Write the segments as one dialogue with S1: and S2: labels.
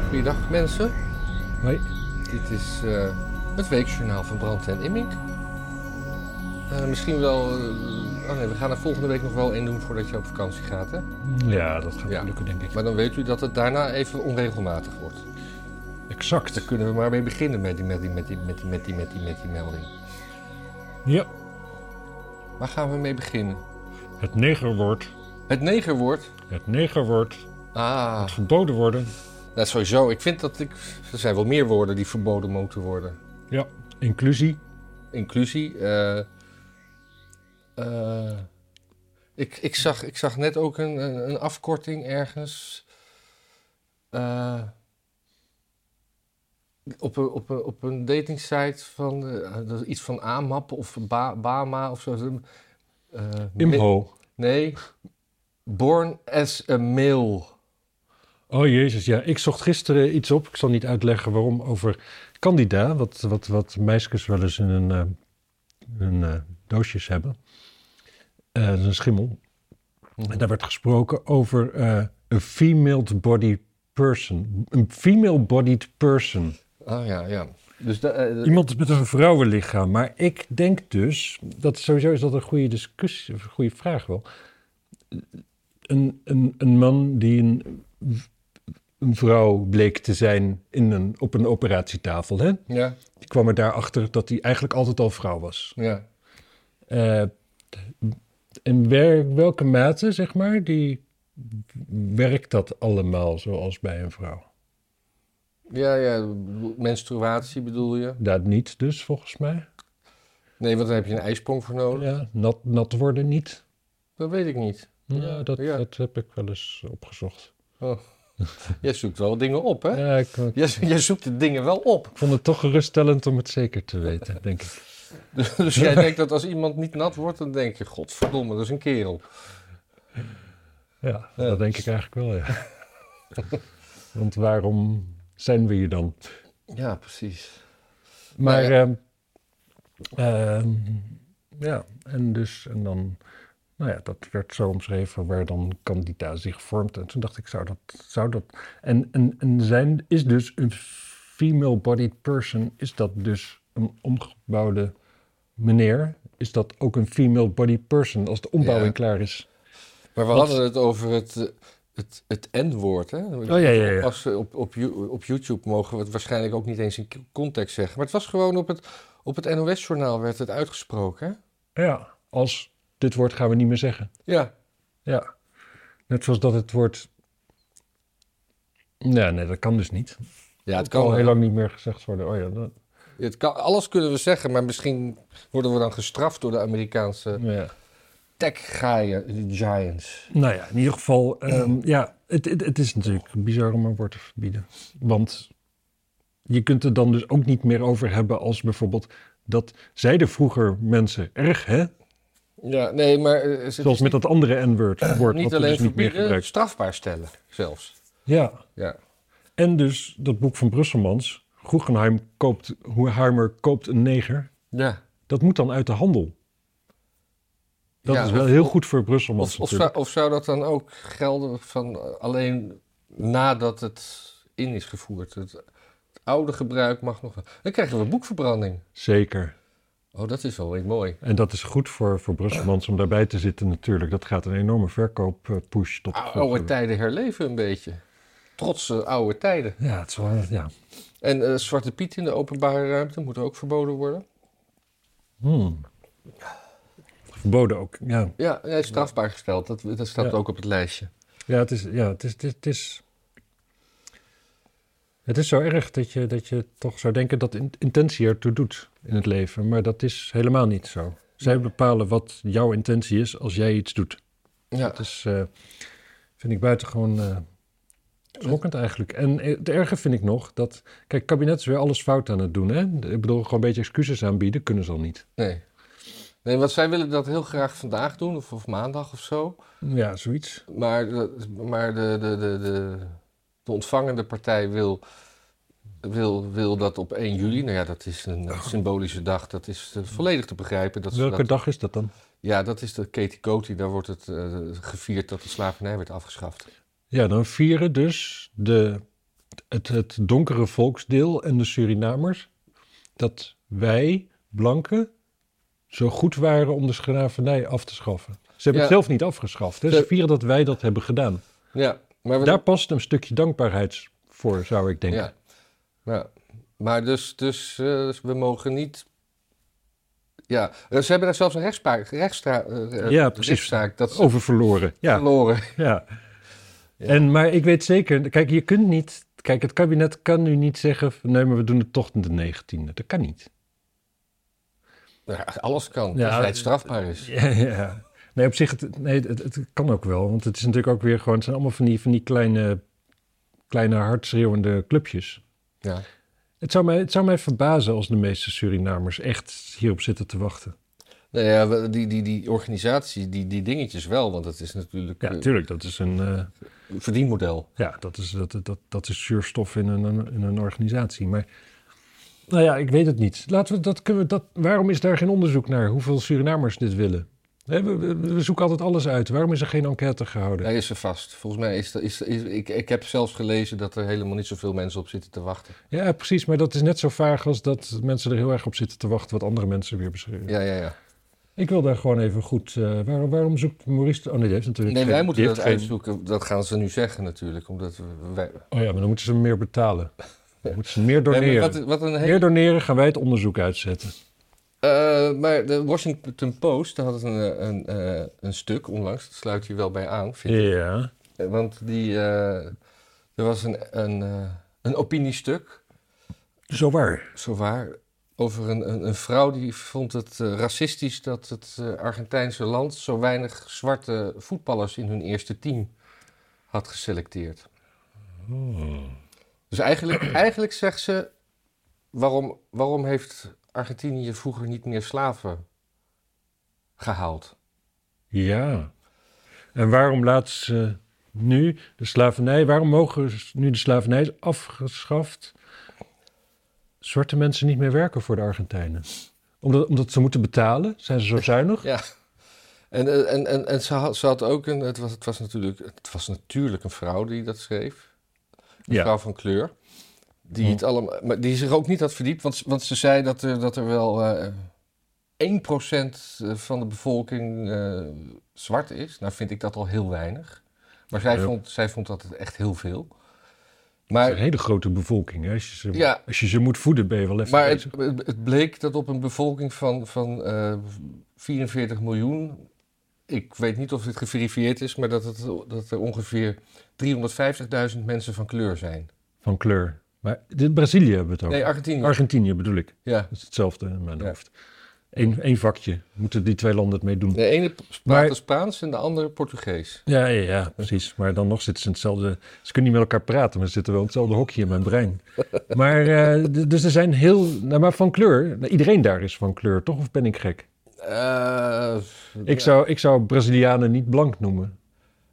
S1: Goedemiddag mensen,
S2: Hoi.
S1: dit is eh, het weekjournaal van Brand en Immink. Eh, misschien wel, eh, oh nee, we gaan er volgende week nog wel één doen voordat je op vakantie gaat hè.
S2: Ja, dat gaat
S1: Ja.
S2: lukken, denk ik.
S1: Maar dan weet u dat het daarna even onregelmatig wordt.
S2: Exact.
S1: Daar kunnen we maar mee beginnen met die, met die, met die, met die, met die, met die, met die melding.
S2: Ja.
S1: Waar gaan we mee beginnen?
S2: Het negerwoord.
S1: Het negerwoord.
S2: Het negerwoord.
S1: Ah,
S2: Verboden worden.
S1: dat is sowieso. Ik vind dat ik, er zijn wel meer woorden die verboden moeten worden.
S2: Ja. Inclusie.
S1: inclusie. eh, eh, ik, ik, zag, ik zag net ook een, een, een afkorting ergens. eh, op, een, op, een, op een dating site van eh, dat is iets van AMAP of ba Bama of zo. Eh,
S2: Imho.
S1: Nee. Born as a male.
S2: Oh jezus, ja. Ik zocht gisteren iets op. Ik zal niet uitleggen waarom. Over Candida. Wat, wat, wat meisjes wel eens in een, eh, in een eh, doosjes hebben. Eh, dat is een schimmel. En daar werd gesproken over eh een female-bodied person. Een female-bodied person.
S1: Ah ja, ja. Dus da- eh,
S2: Iemand met een vrouwenlichaam. Maar ik denk dus, dat sowieso is dat een goede discussie, of een goede vraag wel. Een, een, een man die een, een vrouw bleek te zijn in een, op een operatietafel. Hè?
S1: ja,
S2: Die kwam er daarachter dat hij eigenlijk altijd al vrouw was.
S1: ja.
S2: Eh, in wer- welke mate, zeg maar, die werkt dat allemaal zoals bij een vrouw?
S1: Ja, ja, menstruatie bedoel je?
S2: Dat niet dus, volgens mij.
S1: Nee, want daar heb je een ijsprong voor nodig.
S2: Ja, nat, nat worden niet.
S1: Dat weet ik niet.
S2: Ja, dat,
S1: ja.
S2: dat heb ik wel eens opgezocht.
S1: Oh. Jij zoekt wel dingen op, hè?
S2: Ja, ik, ik
S1: Jij, jij zoekt de dingen wel op.
S2: vond het toch geruststellend om het zeker te weten, denk ik.
S1: Dus, dus jij denkt dat als iemand niet nat wordt, dan denk je... Godverdomme, dat is een kerel.
S2: Ja, dat denk ik eigenlijk wel, ja. Want waarom zijn we hier dan?
S1: Ja, precies.
S2: Maar,
S1: Nou ja.
S2: ehm, ehm, ja, en dus, en dan, nou ja, dat werd zo omschreven waar dan Candida zich vormt. En toen dacht ik, zou dat, zou dat, en, en, en zijn, is dus een female-bodied person, is dat dus een omgebouwde meneer? Is dat ook een female-bodied person als de ombouwing
S1: Ja.
S2: klaar is?
S1: Maar we
S2: Wat-
S1: hadden het over het, eh, het, het N-woord, hè?
S2: Oh ja, ja, ja.
S1: Als we op, op, You- op YouTube mogen we het waarschijnlijk ook niet eens in k- context zeggen. Maar het was gewoon op het, op het NOS-journaal werd het uitgesproken, hè?
S2: Ja, als dit woord gaan we niet meer zeggen.
S1: Ja.
S2: Ja, net zoals dat het woord. Nee, nee, dat kan dus niet.
S1: Ja, het
S2: Het kan al
S1: kan,
S2: heel lang niet meer gezegd worden. Oh ja, dat,
S1: het kan. Alles kunnen we zeggen, maar misschien worden we dan gestraft door de Amerikaanse
S2: ja.
S1: tech giants.
S2: Nou ja, in ieder geval, ehm, ja, het, het, het is natuurlijk bizar om een woord te verbieden. Want je kunt er dan dus ook niet meer over hebben als bijvoorbeeld dat zeiden vroeger mensen erg, hè?
S1: Ja, nee, maar eh, ze
S2: Zoals met dat andere N-woord, woord
S1: Eh, niet
S2: wat we
S1: alleen
S2: dus niet meer
S1: verbieden,
S2: gebruikt.
S1: strafbaar stellen zelfs.
S2: Ja,
S1: Ja.
S2: en dus dat boek van Brusselmans, Guggenheim koopt, Hoeheimer koopt een neger.
S1: ja.
S2: dat moet dan uit de handel. Dat
S1: Ja,
S2: is wel
S1: of-
S2: heel
S1: of-
S2: goed voor Brusselmans
S1: Of, of,
S2: natuurlijk.
S1: zou, of zou dat dan ook gelden van eh, alleen nadat het in is gevoerd? Het, het oude gebruik mag nog wel. Dan krijgen we boekverbranding.
S2: Zeker.
S1: Oh, dat is wel weer mooi.
S2: En dat is goed voor, voor Brusselmans om daarbij te zitten natuurlijk. Dat gaat een enorme verkooppush tot...
S1: Ou- Oude tijden herleven een beetje. Trotse oude tijden.
S2: Ja, het is wel... Ja.
S1: En eh, Zwarte Piet in de openbare ruimte moet ook verboden worden.
S2: Hmm. Verboden ook, ja.
S1: Ja, hij is strafbaar gesteld. Dat, dat staat
S2: Ja.
S1: ook op het lijstje.
S2: Ja, het is... Ja, het is, het is, het is het is zo erg dat je, dat je toch zou denken dat in- intentie ertoe doet in het leven. Maar dat is helemaal niet zo. Zij bepalen wat jouw intentie is als jij iets doet.
S1: Ja.
S2: Dat is, eh, vind ik buitengewoon eh schokkend eigenlijk. En eh, het erge vind ik nog dat... Kijk, het kabinet is weer alles fout aan het doen, hè? Ik bedoel, gewoon een beetje excuses aanbieden kunnen ze al niet.
S1: Nee. Nee, want zij willen dat heel graag vandaag doen, of, of maandag of zo.
S2: Ja, zoiets.
S1: Maar, de- maar de, de, de, de, de ontvangende partij wil, wil, wil dat op 1 juli. Nou ja, dat is een symbolische dag. Dat is eh, volledig te begrijpen. Dat ze
S2: Oh. Welke
S1: dat,
S2: dag is dat dan?
S1: Ja, dat is de Katie Coty. Daar wordt het eh, gevierd dat de slavernij werd afgeschaft.
S2: Ja, dan vieren dus de het, het donkere volksdeel en de Surinamers, dat wij, blanken, zo goed waren om de slavernij af te schaffen. Ze hebben het
S1: Ja.
S2: zelf niet afgeschaft. Hè? Ze
S1: Ze-
S2: vieren dat wij dat hebben gedaan.
S1: Ja, maar we,
S2: Daar past een stukje dankbaarheid voor, zou ik denken.
S1: ja. ja. Maar dus, dus eh, dus we mogen niet. Ja, eh, ze hebben daar zelfs een rechtspraak, rechtstra, eh, eh,
S2: Ja, precies.
S1: rechtszaak dat ze
S2: Over verloren. Ja.
S1: verloren.
S2: Ja. En, maar ik weet zeker, kijk, je kunt niet, kijk, het kabinet kan nu niet zeggen, van, nee, maar we doen het toch de 19e. Dat kan niet.
S1: Ja, alles kan,
S2: Ja,
S1: als het strafbaar is.
S2: Ja, ja. Nee, op zich, het, nee, het, het kan ook wel, want het is natuurlijk ook weer gewoon, het zijn allemaal van die, van die kleine, kleine hardschreeuwende clubjes.
S1: Ja.
S2: Het zou, mij, het zou mij verbazen als de meeste Surinamers echt hierop zitten te wachten.
S1: Nou ja, we- die, die, die organisatie, die, die dingetjes wel, want dat is natuurlijk
S2: Ja,
S1: eh,
S2: natuurlijk, dat is een, eh,
S1: een verdienmodel.
S2: Ja, dat is, dat, dat, dat is zuurstof in een, in een organisatie. Maar nou ja, ik weet het niet. Laten we, dat kunnen we, dat, waarom is daar geen onderzoek naar? Hoeveel Surinamers dit willen? Hè, we, we, we zoeken altijd alles uit. Waarom is er geen enquête gehouden?
S1: Hij is er vast. Volgens mij is, dat- is, is ik, ik heb zelfs gelezen dat er helemaal niet zoveel mensen op zitten te wachten.
S2: Ja, precies. Maar dat is net zo vaag als dat mensen er heel erg op zitten te wachten... wat andere mensen weer beschrijven.
S1: Ja, ja, ja.
S2: Ik wil daar gewoon even goed... eh, waarom, waarom zoekt Maurice... Oh nee, die heeft natuurlijk
S1: Nee,
S2: geen-
S1: wij moeten
S2: die
S1: dat
S2: heeft geen-
S1: uitzoeken. Dat gaan ze nu zeggen natuurlijk, omdat we- wij...
S2: Oh ja, maar dan moeten ze meer betalen. Dan moeten ze meer doneren.
S1: Nee, maar wat, wat een hele...
S2: Meer doneren gaan wij het onderzoek uitzetten.
S1: Eh, maar de Washington Post daar had een, eh, een, eh, een stuk onlangs, dat sluit hier wel bij aan, vind ik.
S2: Ja.
S1: Eh, Want die, eh, er was een, een, eh, een opiniestuk
S2: Zo waar.
S1: Zo waar. Over een, een, een vrouw die vond het eh, racistisch dat het eh, Argentijnse land zo weinig zwarte voetballers in hun eerste team had geselecteerd. Dus eigenlijk, eigenlijk zegt ze: waarom, waarom heeft Argentinië vroeger niet meer slaven gehaald?
S2: Ja. En waarom laat ze nu de slavernij, waarom mogen ze nu de slavernij is afgeschaft, zwarte mensen niet meer werken voor de Argentijnen? Omdat, omdat ze moeten betalen? Zijn ze zo zuinig?
S1: Ja. En, eh, en, en, en ze, had, ze had ook een. Het was, het, was natuurlijk, het was natuurlijk een vrouw die dat schreef. Een vrouw van kleur. Die, het allemaal, maar die zich ook niet had verdiept. Want, ze- want ze zei dat er, dat er wel eh 1% van de bevolking eh, zwart is. Nou vind ik dat al heel weinig. Maar zij,
S2: Ja.
S1: vond, zij vond dat het echt heel veel.
S2: Het is
S1: Maar,
S2: een hele grote bevolking. Hè? Als, je ze,
S1: Ja.
S2: als je ze moet voeden, ben je wel even
S1: maar het,
S2: bezig.
S1: het het bleek dat op een bevolking van, van eh 44 miljoen... Ik weet niet of dit geverifieerd is, maar dat, het, dat er ongeveer 350.000 mensen van kleur zijn.
S2: van kleur. Maar dit Brazilië hebben we het over.
S1: Nee, Argentinië.
S2: Argentinië bedoel ik.
S1: ja.
S2: Dat is hetzelfde in mijn
S1: Ja.
S2: hoofd. Eén één vakje. Moeten die twee landen het mee doen?
S1: De ene praat
S2: Maar-
S1: Spaans en de andere Portugees.
S2: Ja, ja, ja, precies. Maar dan nog zitten ze in hetzelfde. Ze kunnen niet met elkaar praten, maar ze zitten wel in hetzelfde hokje in mijn brein. Maar eh, d- dus er zijn heel. Nou, maar van kleur. nou, iedereen daar is van kleur, toch? Of ben ik gek?
S1: Eh,
S2: Ik, zou, ik zou Brazilianen niet blank noemen.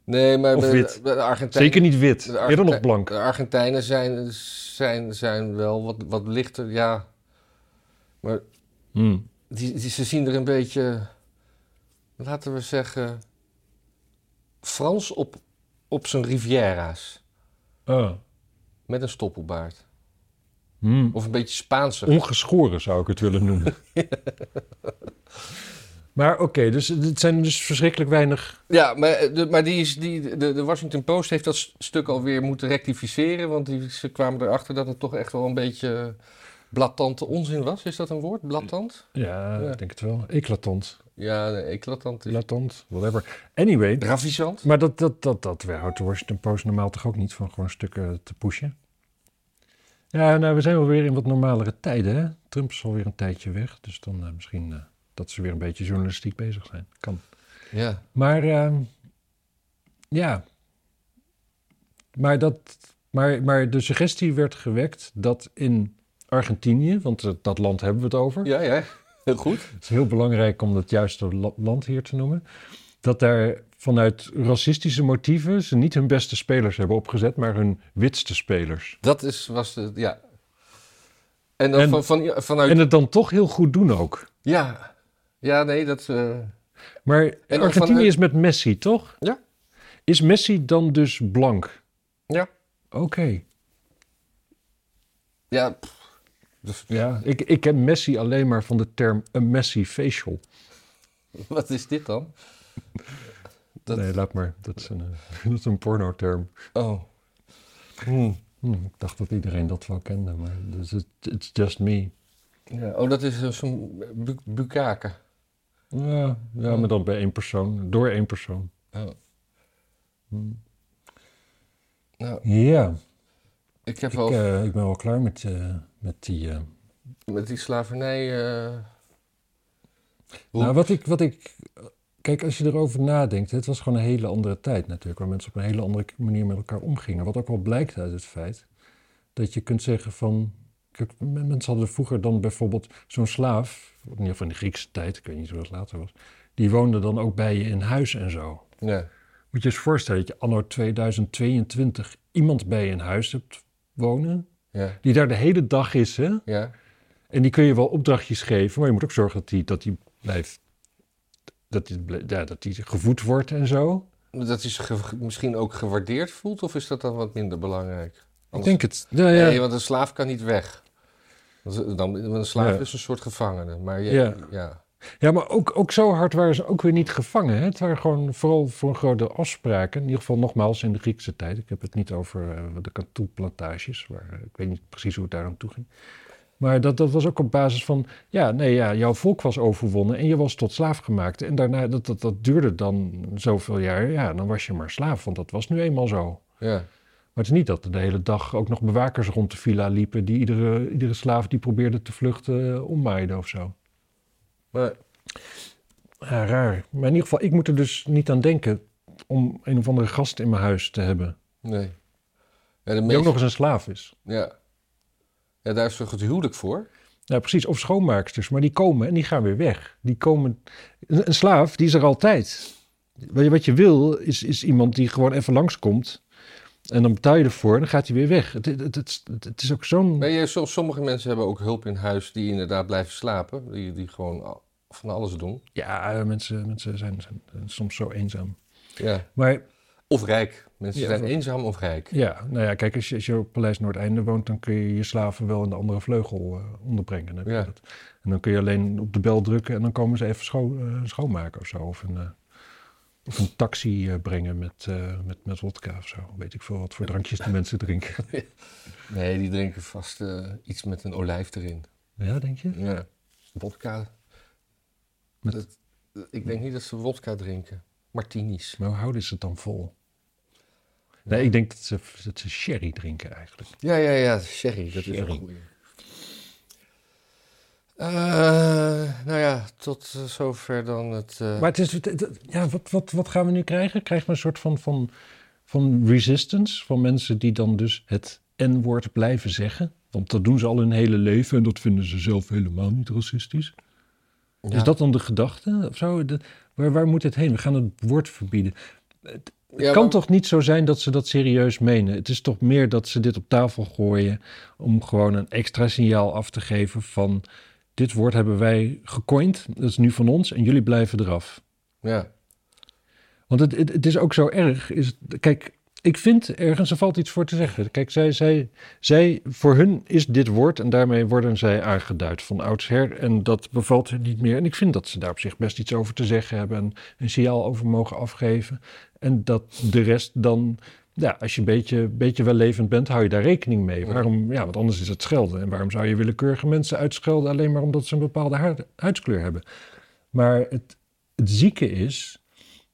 S1: Nee, maar
S2: Of
S1: de,
S2: wit.
S1: de Argentijnen...
S2: Zeker niet wit.
S1: de Argentijn-
S2: Eerder nog blank.
S1: De Argentijnen zijn, zijn, zijn wel wat, wat lichter, ja. Maar
S2: Hmm.
S1: die, die- ze zien er een beetje, laten we zeggen, Frans op, op zijn Riviera's.
S2: Ah.
S1: Met een stoppelbaard.
S2: Hmm.
S1: Of een beetje Spaanse.
S2: Ongeschoren zou ik het willen noemen. maar oké, dus het zijn dus verschrikkelijk weinig.
S1: Ja, maar, eh, de, maar die is, die, de, de Washington Post heeft dat s- stuk alweer moeten rectificeren. Want die, ze kwamen erachter dat het toch echt wel een beetje blatante onzin was. Is dat een woord? Blatant?
S2: Ja,
S1: Ja.
S2: ik denk het wel. Eclatant.
S1: Ja, nee, eclatant. is-
S2: Eclatant, whatever. Anyway.
S1: Ravissant?
S2: Maar dat, dat, dat, dat houdt de Washington Post normaal toch ook niet van gewoon stukken te pushen? Ja, nou, we zijn wel weer in wat normalere tijden, hè? Trump is alweer een tijdje weg, dus dan eh, misschien eh, dat ze weer een beetje journalistiek bezig zijn. Kan.
S1: Ja.
S2: Maar, eh, ja. Maar, dat, maar, maar de suggestie werd gewekt dat in Argentinië, want eh, dat land hebben we het over,
S1: Ja, ja. Heel goed.
S2: het is heel belangrijk om het juiste la- land hier te noemen. Dat daar vanuit racistische motieven ze niet hun beste spelers hebben opgezet, maar hun witste spelers.
S1: Dat is, was het, ja. En dan
S2: En-
S1: van, van, vanuit...
S2: En het dan toch heel goed doen ook.
S1: ja. Ja, nee, dat... eh,
S2: Maar
S1: dan
S2: Argentinië
S1: vanuit-
S2: is met Messi, toch?
S1: Ja.
S2: Is Messi dan dus blank?
S1: ja.
S2: Oké.
S1: Ja, pff,
S2: Dus, ja, ik, ik ken Messi alleen maar van de term een Messi facial.
S1: wat is dit dan? Dat-
S2: Nee, laat maar. Dat is een, eh, dat is een porno-term.
S1: Oh. Hm.
S2: Hm, ik dacht dat iedereen dat wel kende, maar dus het- it's just me.
S1: Ja, oh, dat is eh, zo'n bu bukake.
S2: Ja, ja, maar dan bij één persoon, door één persoon. Hm.
S1: Oh. Nou,
S2: Ja,
S1: ik heb
S2: ik,
S1: wel
S2: eh, ik ben wel klaar met, eh, met die... eh,
S1: met die slavernij... eh, Hoe-
S2: Nou, wat ik, wat ik. Kijk, als je erover nadenkt, het was gewoon een hele andere tijd natuurlijk, waar mensen op een hele andere manier met elkaar omgingen. Wat ook wel blijkt uit het feit dat je kunt zeggen van. Kijk, m- mensen hadden vroeger dan bijvoorbeeld zo'n slaaf, in ieder geval in de Griekse tijd, ik weet niet hoe dat later was, die woonde dan ook bij je in huis en zo.
S1: ja.
S2: Moet je eens voorstellen dat je anno 2022 iemand bij je in huis hebt wonen,
S1: Ja.
S2: die daar de hele dag is, hè?
S1: Ja.
S2: En die kun je wel opdrachtjes geven, maar je moet ook zorgen dat die, dat die blijft. Dat die, bl- ja, dat die gevoed wordt en zo.
S1: Dat is ge- misschien ook gewaardeerd voelt, of is dat dan wat minder belangrijk?
S2: Ik
S1: Anders-
S2: denk het. Ja, ja.
S1: Nee, want een slaaf kan niet weg. Dat is- Dan, een slaaf
S2: Ja.
S1: is een soort gevangene. Maar je,
S2: Ja.
S1: ja.
S2: ja maar ook, ook zo hard waren ze ook weer niet gevangen. Hè? Het waren gewoon vooral voor een grote afspraken. In ieder geval nogmaals in de Griekse tijd. Ik heb het niet over eh, de katoenplantages. Waar, eh, ik weet niet precies hoe het daar aan toe ging. Maar dat, dat was ook op basis van, ja, nee, ja, jouw volk was overwonnen en je was tot slaaf gemaakt. En daarna, dat, dat, dat duurde dan zoveel jaar, ja, dan was je maar slaaf, want dat was nu eenmaal zo.
S1: Ja.
S2: Maar het is niet dat er de hele dag ook nog bewakers rond de villa liepen... die iedere, iedere slaaf die probeerde te vluchten eh, ommaaiden of zo.
S1: Maar,
S2: Ja, raar. Maar in ieder geval, ik moet er dus niet aan denken... om een of andere gast in mijn huis te hebben.
S1: nee. Ja, de
S2: Die ook
S1: meeste-
S2: nog eens een slaaf is.
S1: ja. ja, daar is toch het huwelijk voor?
S2: Ja, precies. Of schoonmaaksters. Maar die komen en die gaan weer weg. Die komen... Een, een slaaf, die is er altijd. Wat je, wat je wil, is, is iemand die gewoon even langskomt... en dan betaal je ervoor en dan gaat hij weer weg. Het, het, het, het- het is ook zo'n...
S1: Maar je, som- sommige mensen hebben ook hulp in huis die inderdaad blijven slapen. Die, die gewoon al- van alles doen.
S2: Ja, eh, mensen, mensen zijn, zijn zijn soms zo eenzaam.
S1: Ja.
S2: Maar
S1: Of rijk. Mensen
S2: Ja,
S1: zijn
S2: of-
S1: eenzaam of rijk.
S2: ja, nou ja, kijk, als je, als je op Paleis Noordeinde woont, dan kun je je slaven wel in de andere vleugel eh, onderbrengen. Dan heb je
S1: Ja.
S2: dat. En dan kun je alleen op de bel drukken en dan komen ze even scho- eh, schoonmaken of zo. Of een, eh, of een taxi eh, brengen met, eh, met, met wodka of zo. Weet ik veel wat voor drankjes die mensen drinken.
S1: Nee, die drinken vast eh, iets met een olijf erin.
S2: Ja, denk je?
S1: Ja. Wodka.
S2: Met-
S1: Dat- ik denk niet dat ze wodka drinken. Martinis.
S2: Maar hoe houden ze het dan vol? Nee, ik denk dat ze, dat ze sherry drinken eigenlijk.
S1: Ja, ja, ja, sherry, dat is
S2: Sherry.
S1: een goeie. Eh, nou ja, tot eh, zover dan het... eh,
S2: Maar het is, het- het- ja, wat, wat, wat gaan we nu krijgen? Krijgen we een soort van, van, van resistance van mensen die dan dus het N-woord blijven zeggen? Want dat doen ze al hun hele leven en dat vinden ze zelf helemaal niet racistisch.
S1: ja,
S2: Is dat dan de gedachte of zo? De- waar, waar moet het heen? We gaan het woord verbieden. Het
S1: ja,
S2: kan
S1: maar-
S2: toch niet zo zijn dat ze dat serieus menen? Het is toch meer dat ze dit op tafel gooien om gewoon een extra signaal af te geven van... Dit woord hebben wij gecoind, dat is nu van ons en jullie blijven eraf.
S1: Ja,
S2: Want het, het, het is ook zo erg. Is, kijk, ik vind ergens, er valt iets voor te zeggen. Kijk, zij, zij, zij, voor hun is dit woord en daarmee worden zij aangeduid van oudsher. En dat bevalt hen niet meer. En ik vind dat ze daar op zich best iets over te zeggen hebben en een signaal over mogen afgeven. En dat de rest dan, ja, als je een beetje, beetje wellevend bent, hou je daar rekening mee. Waarom, ja, want anders is het schelden. En waarom zou je willekeurige mensen uitschelden alleen maar omdat ze een bepaalde haar- huidskleur hebben? Maar het, het zieke is,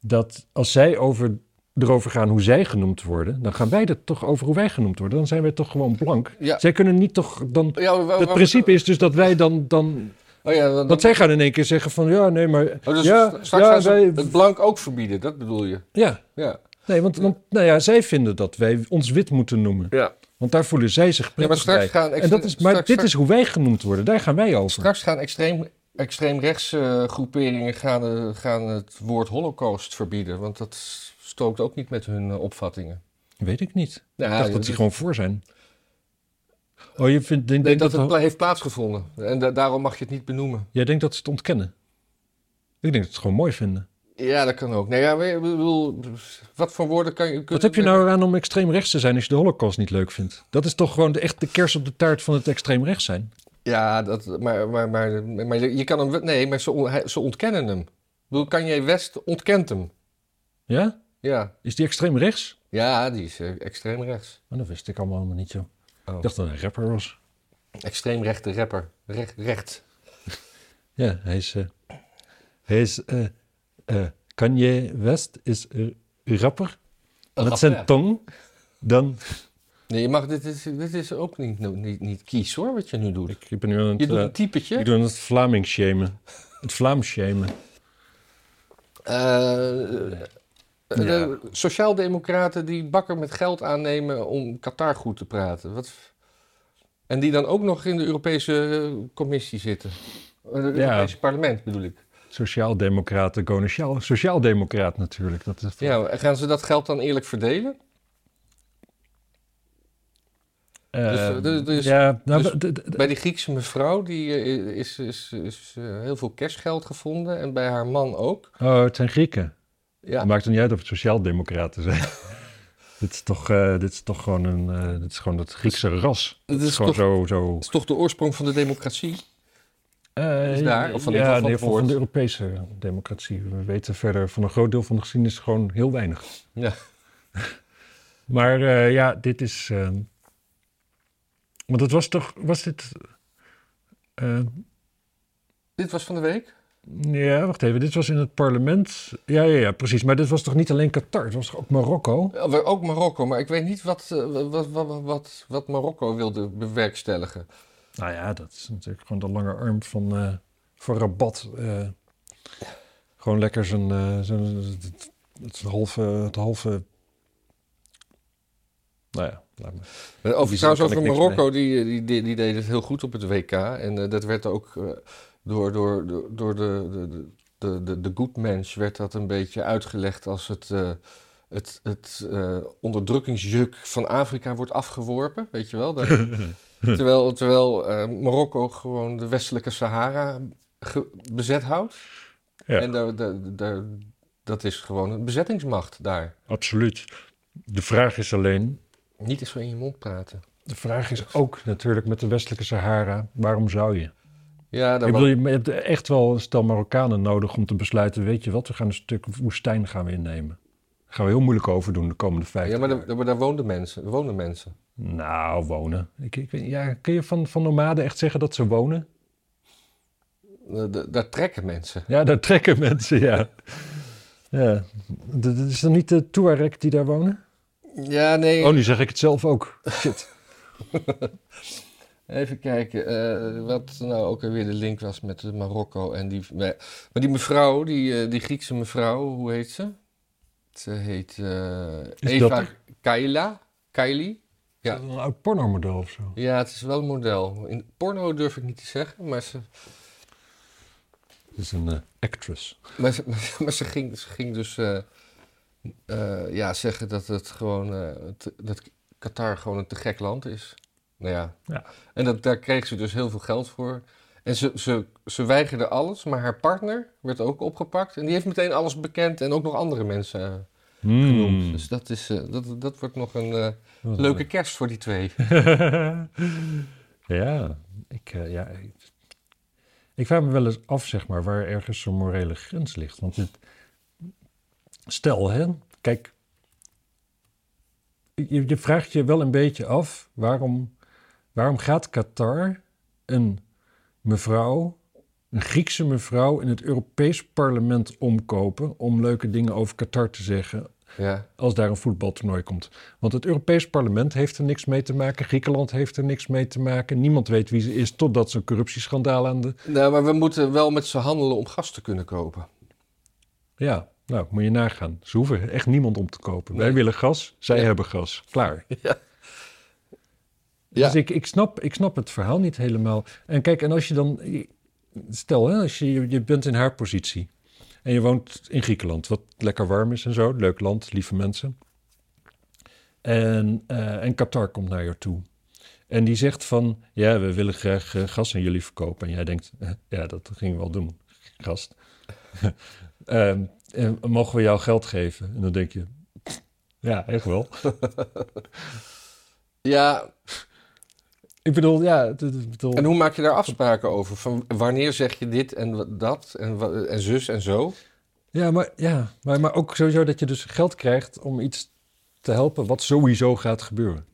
S2: dat als zij over, erover gaan hoe zij genoemd worden, dan gaan wij er toch over hoe wij genoemd worden. Dan zijn wij toch gewoon blank.
S1: Ja.
S2: Zij kunnen niet toch dan.
S1: ja wa- wa-
S2: Het principe is dus dat wij dan. dan
S1: Oh ja, dan,
S2: want zij gaan in één keer zeggen van ja, nee, maar.
S1: oh, dus
S2: ja,
S1: straks
S2: ja,
S1: gaan ze
S2: wij,
S1: het blank ook verbieden, dat bedoel je?
S2: ja,
S1: Ja.
S2: nee, want, want nou ja, zij vinden dat wij ons wit moeten noemen.
S1: ja.
S2: Want daar voelen zij zich prettig
S1: maar straks
S2: bij.
S1: gaan
S2: en dat is, maar
S1: straks-
S2: dit is hoe wij genoemd worden, daar gaan wij over.
S1: Straks gaan extreem, extreemrechtse eh, groeperingen gaan, eh, gaan het woord holocaust verbieden, want dat strookt ook niet met hun eh, opvattingen.
S2: Weet ik niet.
S1: Nou,
S2: ik dacht dat die gewoon voor zijn. Oh, je vindt, denk,
S1: Nee,
S2: denk
S1: dat
S2: dat
S1: het pla- heeft plaatsgevonden en da- daarom mag je het niet benoemen.
S2: Jij denkt dat ze het ontkennen? Ik denk dat ze het gewoon mooi vinden.
S1: Ja, dat kan ook. Nou ja, maar ik bedoel, wat voor woorden kan je... kun-
S2: Wat heb je nou aan om extreem rechts te zijn als je de holocaust niet leuk vindt? Dat is toch gewoon de, echt de kers op de taart van het extreem rechts zijn?
S1: Ja, dat, maar, maar, maar, maar je kan hem... Nee, maar ze, on- hij- ze ontkennen hem. Ik bedoel, Kanye West ontkent hem.
S2: Ja?
S1: Ja,
S2: Is die extreem rechts?
S1: ja die is eh, extreem rechts.
S2: Maar dat wist ik allemaal helemaal niet, joh.
S1: Oh.
S2: Ik dacht dat hij een rapper was.
S1: Extreem rechte rapper. Rech- recht.
S2: Ja, hij is... eh, hij is... eh, eh, Kanye West is eh, rapper. Met Oh, zijn tong. Dan...
S1: Nee, je mag, dit, is, dit is ook niet, niet, niet kies hoor, wat je nu doet.
S2: Ik, ben nu aan het...
S1: Je doet
S2: eh,
S1: een typetje.
S2: ik doe aan het Vlaming shamen. Het Vlaams shamen.
S1: Eh, eh, de
S2: Ja.
S1: Sociaaldemocraten die bakker met geld aannemen om Qatar goed te praten. Wat... En die dan ook nog in de Europese eh, Commissie zitten. Eh, Het
S2: Ja.
S1: Europese parlement bedoel ik.
S2: Sociaaldemocraten, gewoon een sjaal- sociaaldemocraat natuurlijk. Dat is
S1: Ja, en gaan ze dat geld dan eerlijk verdelen?
S2: Eh,
S1: Dus, eh, dus- dus-
S2: ja, nou,
S1: dus-
S2: d- d- d-
S1: Bij die Griekse mevrouw die, eh, is, is, is eh, heel veel cashgeld gevonden. En bij haar man ook.
S2: oh, het zijn Grieken.
S1: Ja,
S2: Het maakt er niet uit of het sociaaldemocraten zijn. dit, is toch, eh, dit is toch gewoon een, eh, dit is gewoon het Griekse ras.
S1: dat
S2: Het is
S1: is
S2: gewoon
S1: Dus- toch,
S2: zo, zo.
S1: dat is toch de oorsprong van de democratie?
S2: eh,
S1: is daar, of in ieder geval
S2: ja,
S1: van
S2: in ieder geval
S1: voort.
S2: van de Europese democratie. We weten verder van een groot deel van de geschiedenis gewoon heel weinig.
S1: Ja.
S2: Maar eh, ja, dit is. eh, want het was toch. Was dit. eh,
S1: Dit was van de week.
S2: Ja, wacht even. Dit was in het parlement. Ja, ja, ja, precies. Maar dit was toch niet alleen Qatar? Het was toch ook Marokko?
S1: Ja, we- Ook Marokko, maar ik weet niet wat, eh, wat, wat, wat- wat, wat Marokko wilde bewerkstelligen.
S2: Nou ja, dat is natuurlijk gewoon de lange arm van, eh van Rabat. eh. gewoon lekker zijn, eh, zijn- het, het halve, het halve... Nou ja, laat maar.
S1: Eh, Over,
S2: Die
S1: trouwens,
S2: kan ik
S1: over
S2: niks
S1: Marokko, die, die, die, die deed het heel goed op het WK. En eh, dat werd ook eh, door, door, door, door de, de, de- de, de, de Goodmans werd dat een beetje uitgelegd als het, eh, het, het eh, onderdrukkingsjuk van Afrika wordt afgeworpen, weet je wel. Daar- terwijl terwijl eh, Marokko gewoon de westelijke Sahara ge- bezet houdt.
S2: Ja,
S1: En daar, daar, daar- dat is gewoon een bezettingsmacht daar.
S2: absoluut. De vraag is alleen...
S1: Niet eens zo in je mond praten.
S2: De vraag is ook natuurlijk met de westelijke Sahara, waarom zou
S1: Nou,
S2: je?
S1: Ja, daar
S2: Ik bedoel, je hebt echt wel een stel Marokkanen nodig om te besluiten, weet je wat, we gaan een stuk woestijn gaan we innemen. Daar gaan we heel moeilijk over doen de komende vijf
S1: ja, maar
S2: jaar.
S1: daar, daar- daar woonden mensen. Er woonden mensen.
S2: Nou, wonen. Ik, ik, weet- ja, kun je van, van nomaden echt zeggen dat ze wonen?
S1: Eh, da- daar trekken mensen.
S2: Ja, daar trekken mensen, ja. ja. D- d- is dat niet de Tuareg die daar wonen?
S1: Ja, nee.
S2: Oh, nu zeg ik het zelf ook. Shit.
S1: Even kijken. eh, wat nou ook weer de link was met eh, Marokko. En die, maar die mevrouw, die, eh, die Griekse mevrouw, hoe heet ze? Ze heet eh,
S2: dat
S1: Eva
S2: er?
S1: Kaila. Kaili. Ja.
S2: Is dat Een oud pornomodel of zo.
S1: Ja, het is wel een model. In porno durf ik niet te zeggen, maar ze,
S2: Het is een eh, actress.
S1: Maar ze, maar ze- maar ze ging, ze ging dus eh, eh, ja, zeggen dat het gewoon eh, te- dat Qatar gewoon een te gek land is. Nou ja.
S2: Ja.
S1: En dat, daar kreeg ze dus heel veel geld voor. En ze, ze, ze weigerde alles, maar haar partner werd ook opgepakt. En die heeft meteen alles bekend en ook nog andere mensen eh, genoemd.
S2: Hmm.
S1: Dus dat, is, eh, dat, dat wordt nog een eh, leuke kerst voor die twee.
S2: ja, ik, eh, ja, ik, ik vraag me wel eens af, zeg maar, waar ergens zo'n morele grens ligt. Want dit, stel, hè, kijk, je, je vraagt je wel een beetje af waarom, waarom gaat Qatar een mevrouw, een Griekse mevrouw, in het Europees parlement omkopen om leuke dingen over Qatar te zeggen
S1: ja.
S2: als daar een voetbaltoernooi komt. Want het Europees parlement heeft er niks mee te maken. Griekenland heeft er niks mee te maken. Niemand weet wie ze is totdat zo'n corruptieschandaal aan de...
S1: Nou, maar we moeten wel met ze handelen om gas te kunnen kopen.
S2: Ja, nou, moet je nagaan. Ze hoeven echt niemand om te kopen.
S1: Nee.
S2: Wij willen gas, zij
S1: Ja.
S2: hebben gas. Klaar.
S1: Ja.
S2: Dus ik, ik, snap, ik snap het verhaal niet helemaal. En kijk, en als je dan... Stel, hè, als je, je bent in haar positie. En je woont in Griekenland, wat lekker warm is en zo. Leuk land, lieve mensen. En, eh, en Qatar komt naar jou toe. En die zegt van, ja, we willen graag eh, gas aan jullie verkopen. En jij denkt, eh, ja, dat gingen we wel doen, gast. Ehm, En mogen we jou geld geven? En dan denk je, ja, echt wel.
S1: Ja,
S2: ik bedoel, ja. het- het- bedoel,
S1: en hoe maak je daar afspraken over? Van wanneer zeg je dit en wa- dat en, wa- en zus en zo?
S2: Ja, maar, ja maar, maar ook sowieso dat je dus geld krijgt om iets te helpen wat sowieso gaat gebeuren.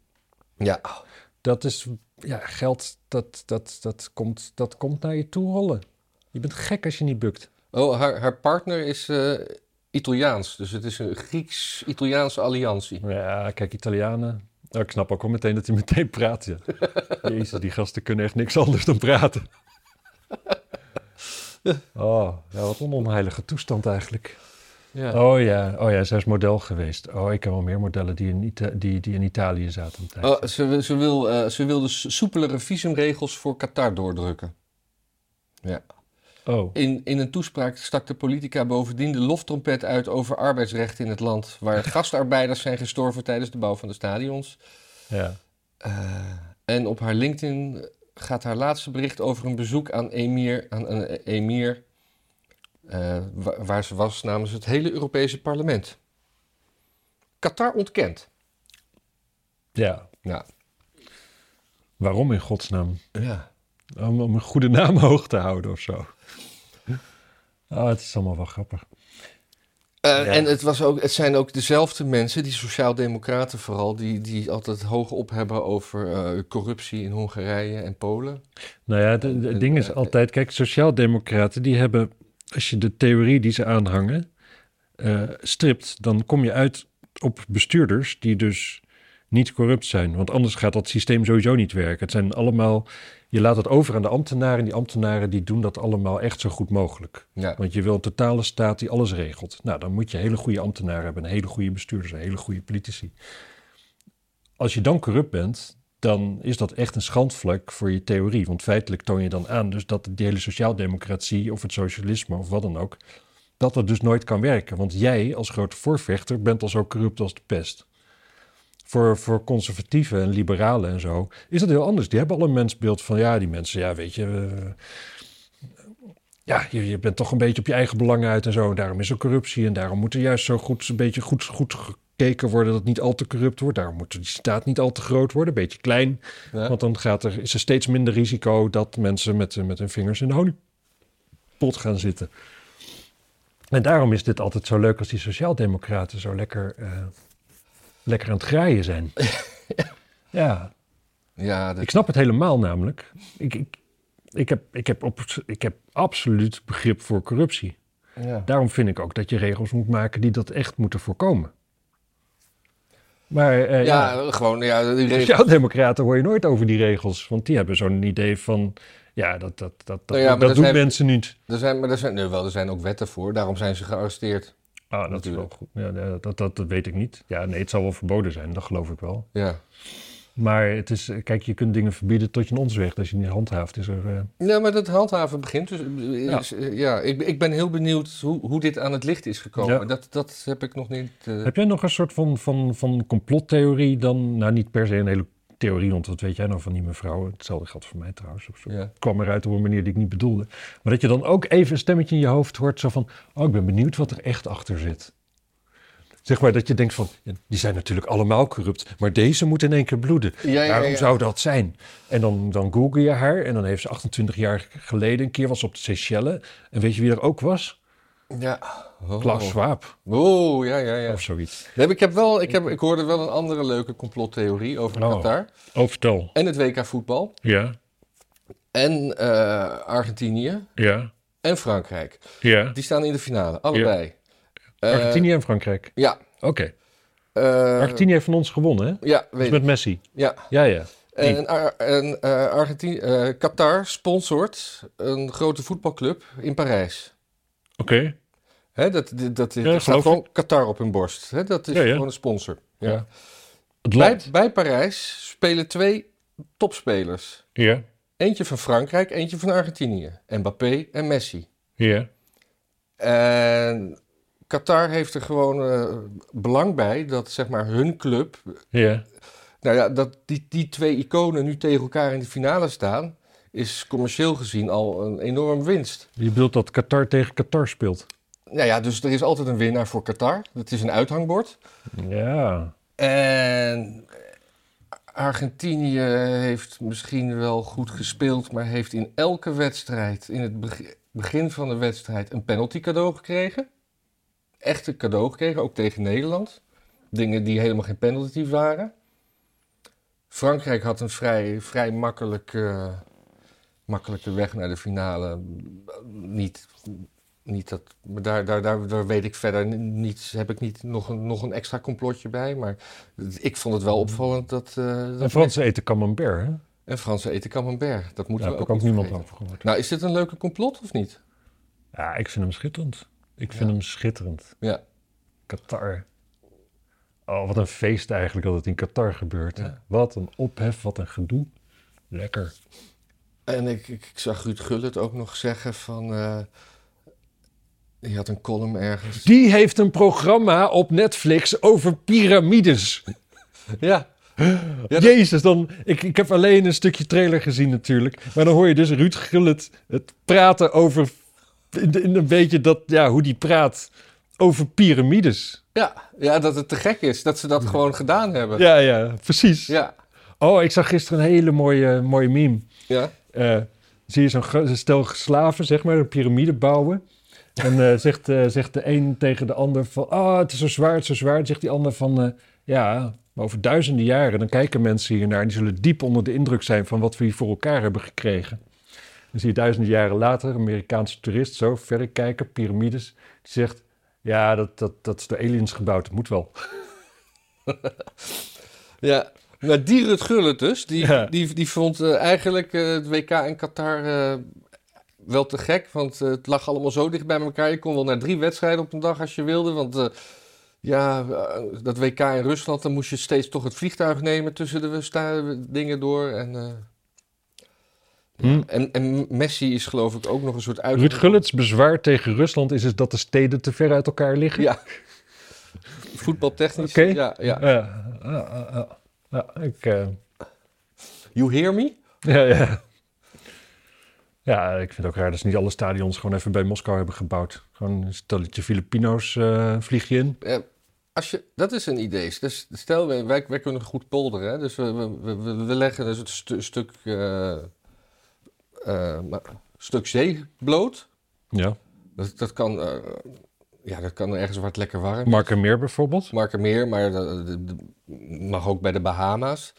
S1: Ja,
S2: Dat is, ja, geld, dat, dat, dat, komt, dat komt naar je toe rollen. Je bent gek als je niet bukt.
S1: Oh, haar, haar partner is eh, Italiaans. Dus het is een Grieks-Italiaanse alliantie.
S2: Ja, kijk, Italianen. Nou, ik snap ook wel meteen dat hij meteen praat. Ja. Jezus, die gasten kunnen echt niks anders dan praten. Oh, ja, wat een onheilige toestand eigenlijk.
S1: Ja.
S2: Oh ja, oh ja, zij is model geweest. Oh, ik ken wel meer modellen die in, Ita- die, die in Italië zaten. Een tijdje.
S1: Oh, ze, wil- ze, wil, eh, ze wil dus soepelere visumregels voor Qatar doordrukken.
S2: Oh,
S1: In, in een toespraak stak de politica bovendien de loftrompet uit over arbeidsrechten in het land, waar gastarbeiders zijn gestorven tijdens de bouw van de stadions.
S2: ja.
S1: Eh, en op haar LinkedIn gaat haar laatste bericht over een bezoek aan emir, aan een emir eh, wa- waar ze was namens het hele Europese parlement. Qatar ontkent. Nou,
S2: Ja.
S1: Ja.
S2: Waarom in godsnaam?
S1: ja.
S2: Om, om een goede naam hoog te houden of zo. Oh, het is allemaal wel grappig. Ja.
S1: eh, En het, was ook, het zijn ook dezelfde mensen, die sociaaldemocraten vooral, die, die altijd hoog op hebben over eh, corruptie in Hongarije en Polen.
S2: Nou ja, de- de- het ding is
S1: Eh,
S2: altijd, kijk, sociaaldemocraten die hebben, als je de theorie die ze aanhangen eh, stript, dan kom je uit op bestuurders die dus niet corrupt zijn. Want anders gaat dat systeem sowieso niet werken. Het zijn allemaal, je laat het over aan de ambtenaren. en Die ambtenaren die doen dat allemaal echt zo goed mogelijk.
S1: Ja.
S2: Want je wil een totale staat die alles regelt. Nou, dan moet je hele goede ambtenaren hebben, een hele goede bestuurders, een hele goede politici. Als je dan corrupt bent, dan is dat echt een schandvlek voor je theorie. Want feitelijk toon je dan aan dus dat de hele sociaaldemocratie of het socialisme of wat dan ook, dat dat dus nooit kan werken. Want jij als grote voorvechter bent al zo corrupt als de pest. Voor, voor conservatieven en liberalen en zo is dat heel anders. Die hebben al een mensbeeld van, ja, die mensen, ja, weet je, eh, ja, je, je bent toch een beetje op je eigen belangen uit en zo. En daarom is er corruptie en daarom moet er juist zo goed, een beetje goed, goed gekeken worden dat het niet al te corrupt wordt. Daarom moet die staat niet al te groot worden, een beetje klein.
S1: Ja.
S2: Want dan gaat er, is er steeds minder risico dat mensen met, eh, met hun vingers in de honingpot gaan zitten. En daarom is dit altijd zo leuk als die sociaaldemocraten zo lekker, eh, lekker aan het graaien zijn. ja,
S1: Ja, dat-
S2: ik snap het helemaal namelijk. Ik, ik, ik, heb, ik, heb op, ik heb absoluut begrip voor corruptie.
S1: ja.
S2: Daarom vind ik ook dat je regels moet maken die dat echt moeten voorkomen. Maar eh, ja,
S1: ja, gewoon, ja, die regels.
S2: sociaaldemocraten hoor je nooit over die regels. Want die hebben zo'n idee van, ja, dat, dat, dat, dat,
S1: Nou ja, maar
S2: dat
S1: dat
S2: doen
S1: heb-
S2: mensen niet.
S1: Er zijn, maar er zijn, nee, wel, er zijn ook wetten voor, daarom zijn ze gearresteerd.
S2: Ah, dat
S1: Natuurlijk.
S2: is wel goed. Ja, dat, dat, dat, dat weet ik niet. Ja, nee, het zal wel verboden zijn, dat geloof ik wel.
S1: Ja.
S2: Maar het is, eh, kijk, je kunt dingen verbieden tot je een ons weegt. Als je niet handhaaft, is er... eh,
S1: Ja, maar dat handhaven begint. Dus, eh, is, eh, ja, ik, ik ben heel benieuwd hoe, hoe dit aan het licht is gekomen.
S2: Ja.
S1: Dat, dat heb ik nog niet. eh,
S2: Heb jij nog een soort van, van, van complottheorie dan? Nou, niet per se een hele theorie, want wat weet jij nou van die mevrouw? Hetzelfde geldt voor mij trouwens. Op zo'n-
S1: ja.
S2: kwam eruit op een manier die ik niet bedoelde. Maar dat je dan ook even een stemmetje in je hoofd hoort, zo van, oh, ik ben benieuwd wat er echt achter zit. Zeg maar dat je denkt van, ja, die zijn natuurlijk allemaal corrupt, maar deze moet in één keer bloeden.
S1: Ja, ja, ja,
S2: Waarom
S1: ja.
S2: zou dat zijn? En dan, dan google je haar en dan heeft ze 28 jaar geleden een keer was ze op de Seychelles. En weet je wie er ook was?
S1: Ja. Oh.
S2: Klaus Schwab
S1: Oh, ja, ja, ja.
S2: of zoiets.
S1: Nee, maar ik, heb wel, ik, heb, ik hoorde wel een andere leuke complottheorie over
S2: Oh.
S1: Qatar.
S2: Oh, vertel.
S1: En het WK voetbal.
S2: Ja,
S1: En eh, Argentinië.
S2: ja,
S1: En Frankrijk.
S2: ja.
S1: Die staan in de finale, allebei. Eh,
S2: Argentinië en Frankrijk.
S1: Ja.
S2: Oké.
S1: eh,
S2: Argentinië heeft van ons gewonnen, hè? Dat
S1: Ja,
S2: is
S1: weet ik.
S2: met Messi.
S1: Ja.
S2: Ja, ja. Die.
S1: En, Ar- en eh, Argentinië, eh, Qatar sponsort een grote voetbalclub in Parijs.
S2: Oké.
S1: Hè, dat, dat, dat,
S2: Ja,
S1: dat staat
S2: geloof
S1: gewoon Qatar op hun borst. Hè, dat is
S2: Ja, ja.
S1: gewoon een sponsor. Ja.
S2: Ja. Het
S1: Bij,
S2: land.
S1: bij Parijs spelen twee topspelers.
S2: Ja,
S1: Eentje van Frankrijk, eentje van Argentinië. Mbappé en Messi.
S2: ja.
S1: En Qatar heeft er gewoon eh, belang bij dat zeg maar, hun club
S2: Ja,
S1: Nou ja, dat die, die twee iconen nu tegen elkaar in de finale staan, is commercieel gezien al een enorm winst.
S2: je bedoelt dat Qatar tegen Qatar speelt.
S1: nou ja, dus er is altijd een winnaar voor Qatar. Dat is een uithangbord.
S2: Ja.
S1: En Argentinië heeft misschien wel goed gespeeld, maar heeft in elke wedstrijd, in het beg- begin van de wedstrijd, een penalty cadeau gekregen. Echt een cadeau gekregen, ook tegen Nederland. Dingen die helemaal geen penalty waren. Frankrijk had een vrij, vrij makkelijke, makkelijke weg naar de finale. Niet, niet dat, maar daar, daar, daar, daar weet ik verder niets. Heb ik niet nog een, nog een extra complotje bij. Maar ik vond het wel opvallend dat. eh
S2: En
S1: dat
S2: Fransen eten camembert, hè?
S1: en Fransen eten camembert. Dat moeten
S2: Daar heb
S1: we ook
S2: ik ook
S1: niet
S2: niemand
S1: vergeten.
S2: over gehoord.
S1: Nou, is dit een leuke complot of niet?
S2: Ja, ik vind hem schitterend. Ik vind
S1: Ja.
S2: hem schitterend.
S1: Ja.
S2: Qatar. Oh, wat een feest eigenlijk dat het in Qatar gebeurt. hè?
S1: Ja.
S2: Wat een ophef, wat een gedoe. Lekker.
S1: En ik, ik, ik zag Ruud Gullit ook nog zeggen van... eh, die had een column ergens.
S2: Die heeft een programma op Netflix over piramides.
S1: Ja. Ja, dat-
S2: Jezus, dan, ik, ik heb alleen een stukje trailer gezien natuurlijk. Maar dan hoor je dus Ruud Gullit het praten over... In, in een beetje dat, ja, hoe die praat over piramides.
S1: Ja, ja, dat het te gek is. Dat ze dat gewoon gedaan hebben.
S2: Ja, ja, precies.
S1: Ja.
S2: Oh, ik zag gisteren een hele mooie, mooie meme.
S1: Ja.
S2: eh, zie je zo'n gro- zo'n stel slaven, zeg maar, een piramide bouwen. En eh, zegt, eh, zegt de een tegen de ander van, ah, het is zo zwaar, het is zo zwaar. Dan Zegt die ander van, eh, ja, maar over duizenden jaren, dan kijken mensen hiernaar en die zullen diep onder de indruk zijn van wat we hier voor elkaar hebben gekregen. Dan zie je duizenden jaren later een Amerikaanse toerist zo verder kijken, piramides, die zegt, ja, dat, dat, dat is door aliens gebouwd, dat moet wel.
S1: ja. Nou, die Ruud Gullit dus, die,
S2: Ja.
S1: die, die vond eh, eigenlijk eh, het WK in Qatar eh, wel te gek. Want eh, het lag allemaal zo dicht bij elkaar. Je kon wel naar drie wedstrijden op een dag als je wilde. Want eh, ja, eh, dat WK in Rusland, dan moest je steeds toch het vliegtuig nemen tussen de sta- dingen door. En, eh,
S2: Hm.
S1: en, en Messi is geloof ik ook nog een soort uit...
S2: Ruud Gullits bezwaar tegen Rusland is dus dat de steden te ver uit elkaar liggen.
S1: Ja. Voetbaltechnisch.
S2: Oké.
S1: Ja, ja.
S2: Ja, ja, ja, ja. Ja, ik, eh,
S1: You hear me?
S2: ja, ja. ja, ik vind het ook raar dat ze niet alle stadions gewoon even bij Moskou hebben gebouwd. Gewoon een stelletje Filipino's eh vlieg je in.
S1: Eh, als je, dat is een idee. Dus stel, wij, wij, wij kunnen goed polderen. Hè? Dus we, we, we, we- we leggen dus het stu- stuk, eh, eh, maar- stuk zee bloot.
S2: Ja.
S1: Dat, dat, kan, eh, ja, dat kan ergens waar het lekker warm
S2: Mark en Meer bijvoorbeeld.
S1: Markermeer, maar dat- dat- dat mag ook bij de Bahama's.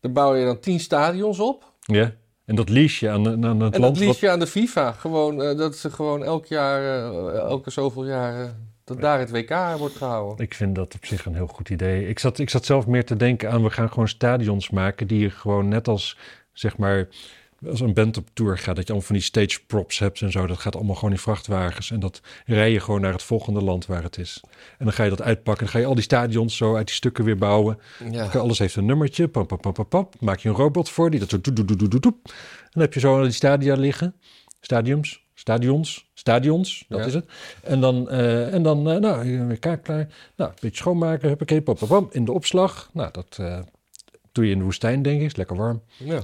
S1: Dan bouw je dan tien stadions op.
S2: Ja. En dat liesje aan, aan- aan het
S1: en
S2: land.
S1: dat liet je aan de FIFA. Gewoon, eh, dat ze gewoon elk jaar, eh, elke zoveel jaar, eh, dat daar het WK wordt gehouden.
S2: wat- ik vind dat op zich een heel goed idee. Ik zat, ik zat zelf meer te denken aan, we gaan gewoon stadions maken die je gewoon net als, zeg maar, als een band op tour gaat. Dat je allemaal van die stage props hebt en zo. Dat gaat allemaal gewoon in vrachtwagens. En dat rij je gewoon naar het volgende land waar het is. En dan ga je dat uitpakken. Dan ga je al die stadions zo uit die stukken weer bouwen.
S1: Ja.
S2: Oké, Alles heeft een nummertje. Pam, pam, pam, pam, pam. Maak je een robot voor die dat doet. doet, doet, doet, doet, doet, doet. En dan heb je zo die stadia liggen. Stadiums, stadions, stadions. Dat
S1: Ja.
S2: is het. En dan, eh, en dan eh, nou, hier weer kaart klaar. Nou, een beetje schoonmaken. Huppakee, pam, pam, pam. In de opslag. Nou, dat eh, doe je in de woestijn, denk ik. Is lekker warm.
S1: Ja.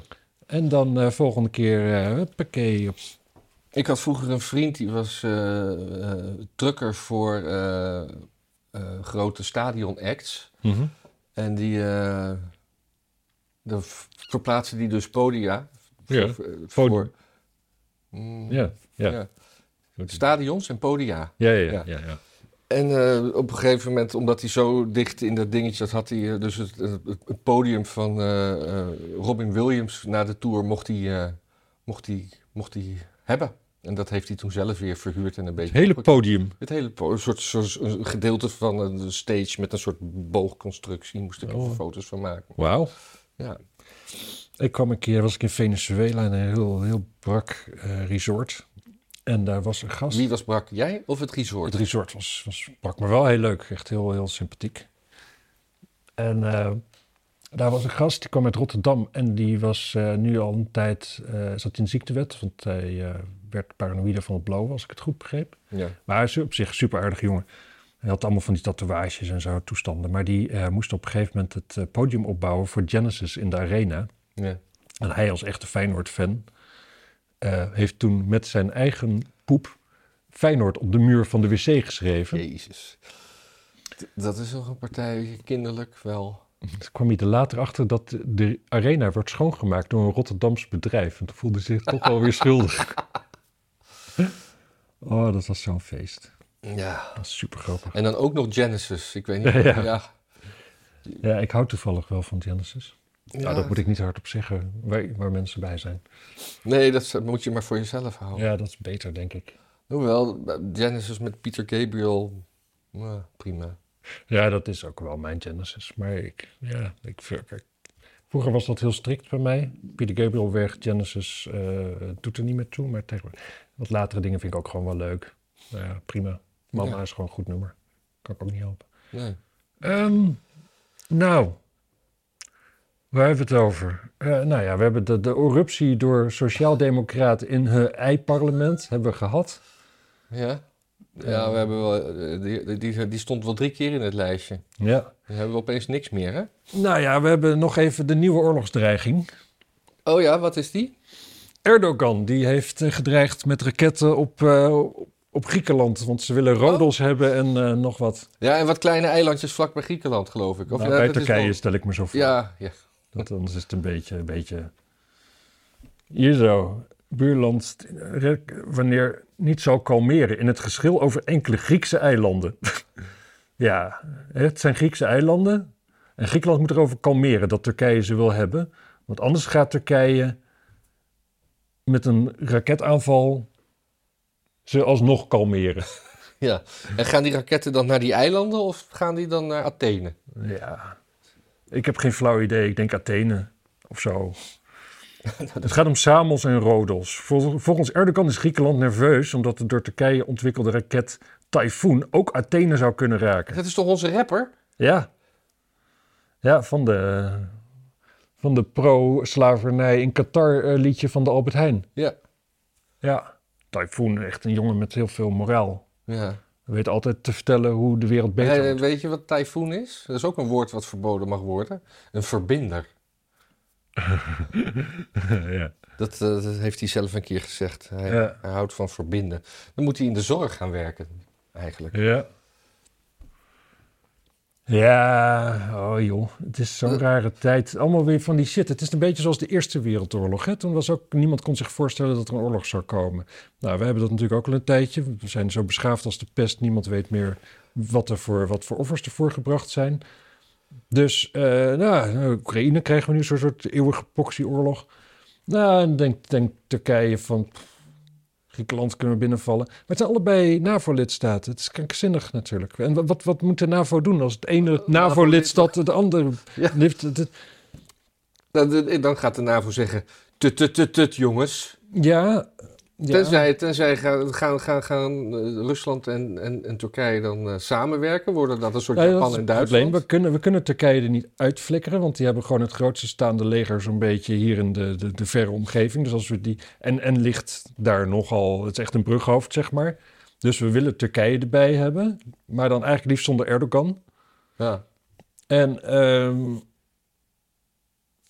S2: En dan eh, volgende keer, eh huppakee. Op...
S1: Ik had vroeger een vriend die was eh, eh, trucker voor eh, eh, grote stadion acts.
S2: Mhm.
S1: En die eh, dan v- verplaatste die dus podia.
S2: Ja,
S1: V- eh,
S2: podi-
S1: voor- Mm,
S2: Ja, ja.
S1: Ja.
S2: Ja,
S1: Stadions en podia.
S2: ja, ja.
S1: Ja.
S2: ja, ja.
S1: En eh, op een gegeven moment, omdat hij zo dicht in dat dingetje zat, had hij eh, dus het, het- het podium van eh, eh, Robin Williams na de tour mocht hij, eh, mocht, hij, mocht hij hebben. En dat heeft hij toen zelf weer verhuurd en een beetje.
S2: Het hele podium.
S1: Het hele po- een soort, soort een gedeelte van een stage met een soort boogconstructie. Moest ik
S2: Oh.
S1: even foto's van maken.
S2: Wauw.
S1: Ja.
S2: Ik kwam een keer, was ik in Venezuela in een heel, heel brak eh, resort. En daar was een gast.
S1: Wie was brak? Jij of het resort?
S2: Het resort was, was brak, maar wel heel leuk. Echt heel, heel sympathiek. En eh, daar was een gast, die kwam uit Rotterdam. En die was eh, nu al een tijd, eh, zat in ziektewet. Want hij eh, werd paranoïde van het blauwe, als ik het goed begreep.
S1: Ja.
S2: Maar hij is op zich een super aardig jongen. Hij had allemaal van die tatoeages en zo toestanden. Maar die eh, moest op een gegeven moment het eh, podium opbouwen voor Genesis in de arena.
S1: ja.
S2: En hij als echte Feyenoord-fan eh, heeft toen met zijn eigen poep Feyenoord op de muur van de wc geschreven.
S1: Jezus. D- Dat is toch een partij kinderlijk wel.
S2: Toen kwam hij er later achter dat de arena werd schoongemaakt door een Rotterdams bedrijf. En toen voelde hij zich toch wel weer schuldig. Oh, dat was zo'n feest.
S1: Ja.
S2: Dat was super grappig.
S1: En dan ook nog Genesis. Ik weet niet.
S2: Ja.
S1: ja.
S2: Ja, ik hou toevallig wel van Genesis. Nou,
S1: Ja.
S2: dat moet ik niet hardop zeggen, waar, waar mensen bij zijn.
S1: Nee, dat is- moet je maar voor jezelf houden.
S2: Ja, dat is beter, denk ik.
S1: Hoewel, Genesis met Peter Gabriel, ja, prima.
S2: Ja, dat is ook wel mijn Genesis. Maar ik, ja, ik, ver- kijk, vroeger was dat heel strikt bij mij. Peter Gabriel weg, Genesis eh, doet er niet meer toe. Maar tegenwoordig, wat latere dingen vind ik ook gewoon wel leuk. Nou ja, prima. Mama
S1: Ja.
S2: is gewoon een goed nummer. Kan ik ook niet helpen.
S1: Nee.
S2: Ehm, nou, waar hebben we het over? Eh, nou ja, we hebben de, de eruptie door sociaaldemocraten in hun ei-parlement hebben we gehad.
S1: Ja? Ja, we hebben wel, eh, die, die, die stond wel drie keer in het lijstje.
S2: Ja.
S1: Dan hebben we opeens niks meer, hè?
S2: Nou ja, we hebben nog even de nieuwe oorlogsdreiging.
S1: Oh ja, wat is die?
S2: Erdogan die heeft eh, gedreigd met raketten op, eh, op Griekenland. Want ze
S1: Oh.
S2: willen Rodos hebben en eh, nog wat.
S1: Ja, en wat kleine eilandjes vlak bij Griekenland, geloof ik. Of,
S2: Nou,
S1: ja,
S2: bij
S1: dat is
S2: Turkije
S1: wel-
S2: stel ik me zo voor.
S1: Ja, ja.
S2: Want anders is het een beetje... Een beetje... Hier zo, buurland, eh, wanneer niet zal kalmeren in het geschil over enkele Griekse eilanden. ja, hè, het zijn Griekse eilanden. En Griekenland moet erover kalmeren dat Turkije ze wil hebben. Want anders gaat Turkije met een raketaanval ze alsnog kalmeren.
S1: ja. En gaan die raketten dan naar die eilanden of gaan die dan naar Athene?
S2: Ja, ik heb geen flauw idee. Ik denk Athene of zo. Het gaat om Samos en Rodos. Vol- Volgens Erdogan is Griekenland nerveus omdat de door Turkije ontwikkelde raket Typhoon ook Athene zou kunnen raken.
S1: Dat is toch onze rapper?
S2: Ja, ja van de, van de pro-slavernij in Qatar eh, liedje van de Albert Heijn.
S1: Ja.
S2: Ja, Typhoon, echt een jongen met heel veel moraal.
S1: ja.
S2: Hij weet altijd te vertellen hoe de wereld beter
S1: Eh,
S2: moet.
S1: weet je wat tyfoon is? Dat is ook een woord wat verboden mag worden. Een verbinder.
S2: ja.
S1: Dat, eh, dat heeft hij zelf een keer gezegd. Hij,
S2: Ja.
S1: hij houdt van verbinden. Dan moet hij in de zorg gaan werken, eigenlijk.
S2: Ja. Ja, oh joh, het is zo'n rare tijd. Allemaal weer van die shit. Het is een beetje zoals de Eerste Wereldoorlog. Hè? Toen was ook, niemand kon zich voorstellen dat er een oorlog zou komen. Nou, we hebben dat natuurlijk ook al een tijdje. We zijn zo beschaafd als de pest. Niemand weet meer wat, er voor, wat voor offers ervoor gebracht zijn. Dus, eh nou, Oekraïne krijgen we nu zo'n soort eeuwige proxyoorlog. Nou, en denk, denk Turkije van, Griekenland kunnen we binnenvallen. Maar het zijn allebei NAVO-lidstaten. Het is krankzinnig natuurlijk. En wa- wat, wat moet de NAVO doen als het ene NAVO-lidstad de andere...
S1: Eh, Ja.
S2: heeft? Het- het-
S1: Dan, dan gaat de NAVO zeggen... Tut, tut, tut, tut, jongens.
S2: Ja, ja.
S1: Tenzij, tenzij gaan, gaan, gaan, gaan eh, Rusland en, en, en Turkije dan eh, samenwerken. Worden dat een soort
S2: Ja, dat is
S1: Japan en
S2: het
S1: Duitsland?
S2: probleem. We kunnen, we kunnen Turkije er niet uitflikkeren, want die hebben gewoon het grootste staande leger zo'n beetje hier in de, de, de verre omgeving. Dus als we die, en, en ligt daar nogal, het is echt een brughoofd, zeg maar. Dus we willen Turkije erbij hebben, maar dan eigenlijk liefst zonder Erdogan.
S1: Ja.
S2: En, ehm,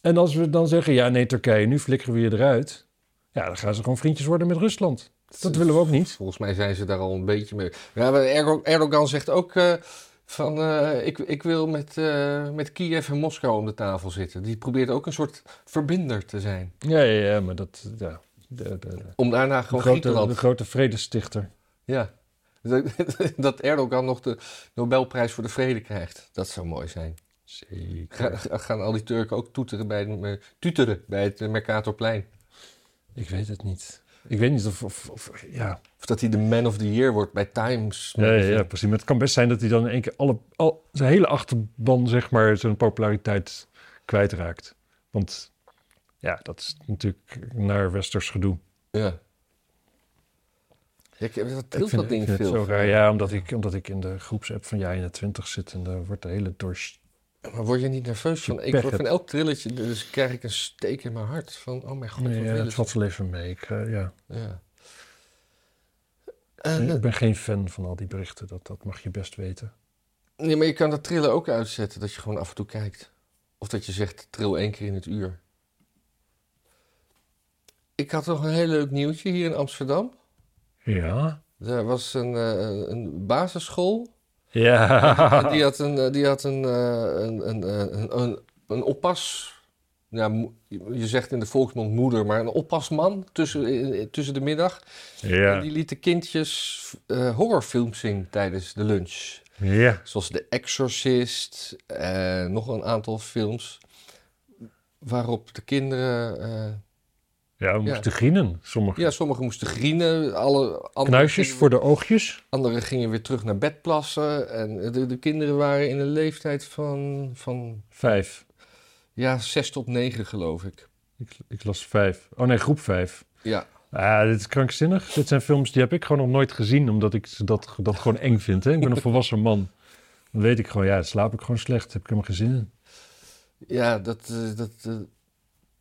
S2: en als we dan zeggen, ja nee Turkije, nu flikkeren we je eruit. Ja, dan gaan ze gewoon vriendjes worden met Rusland. Dat willen we ook niet.
S1: Volgens mij zijn ze daar al een beetje mee. Ja, maar Erdo- Erdogan zegt ook eh, van eh, ik, ik wil met, eh, met Kiev en Moskou om de tafel zitten. Die probeert ook een soort verbinder te zijn.
S2: Ja, ja, ja maar dat... Ja, de, de, de,
S1: Om daarna
S2: de
S1: gewoon
S2: grote,
S1: Griekenland.
S2: de grote vredestichter.
S1: Ja. Dat Erdogan nog de Nobelprijs voor de Vrede krijgt. Dat zou mooi zijn. Ga-
S2: Zeker.
S1: ga- gaan al die Turken ook toeteren bij, de, eh, tuteren bij het eh, Mercatorplein?
S2: Ik weet het niet. Ik weet niet of... of, of- ja.
S1: Of dat hij de man of the year wordt bij Times.
S2: Ja, ja, ja, precies. Maar het kan best zijn dat hij dan in één keer alle, al, zijn hele achterban, zeg maar, zijn populariteit kwijtraakt. Want ja, dat is natuurlijk naar westers gedoe.
S1: Ja. Ik, wat
S2: Ik
S1: trilt dat ding
S2: vind
S1: veel?
S2: Het zo raar, ja, omdat ik, omdat ik in de groepsapp van jij in de 20 zit en daar wordt de hele dorst.
S1: Maar word je niet nerveus van? Ik
S2: pech
S1: word van
S2: hebt.
S1: elk trilletje, dus krijg ik een steek in mijn hart. Van, oh mijn god,
S2: Nee, ja,
S1: wat
S2: het
S1: is dat?
S2: valt wel even mee. Ik, eh, ja.
S1: Ja. Eh, En,
S2: ik ben geen fan van al die berichten, dat, dat mag je best weten.
S1: nee, maar je kan dat trillen ook uitzetten, dat je gewoon af en toe kijkt. Of dat je zegt, tril één keer in het uur. Ik had nog een heel leuk nieuwtje hier in Amsterdam.
S2: Ja,
S1: Er was een, eh, een basisschool.
S2: Ja.
S1: En die had een, eh, die had een, eh, een, een, een, een, een oppas. Ja, mo- je zegt in de volksmond moeder, maar een oppasman tussen, in- in- tussen de middag. En
S2: Ja.
S1: die liet de kindjes eh, horrorfilms zien tijdens de lunch.
S2: Ja.
S1: Zoals The Exorcist en nog een aantal films. Waarop de kinderen. eh,
S2: Ja, we
S1: Ja.
S2: moesten grienen. Sommige
S1: ja, sommigen moesten grienen. Alle andere
S2: knuisjes
S1: gingen-
S2: voor de oogjes.
S1: Anderen gingen weer terug naar bed plassen. En de, de kinderen waren in een leeftijd van, van
S2: Vijf.
S1: ja, zes tot negen, geloof ik.
S2: Ik, ik las vijf. Oh nee, groep vijf.
S1: Ja,
S2: Ah, dit is krankzinnig. Dit zijn films die heb ik gewoon nog nooit gezien, omdat ik ze dat, dat gewoon eng vind. Hè? Ik ben een volwassen man. Dan weet ik gewoon, ja, dan slaap ik gewoon slecht. Heb ik helemaal geen zin in.
S1: ja dat, eh, dat, eh,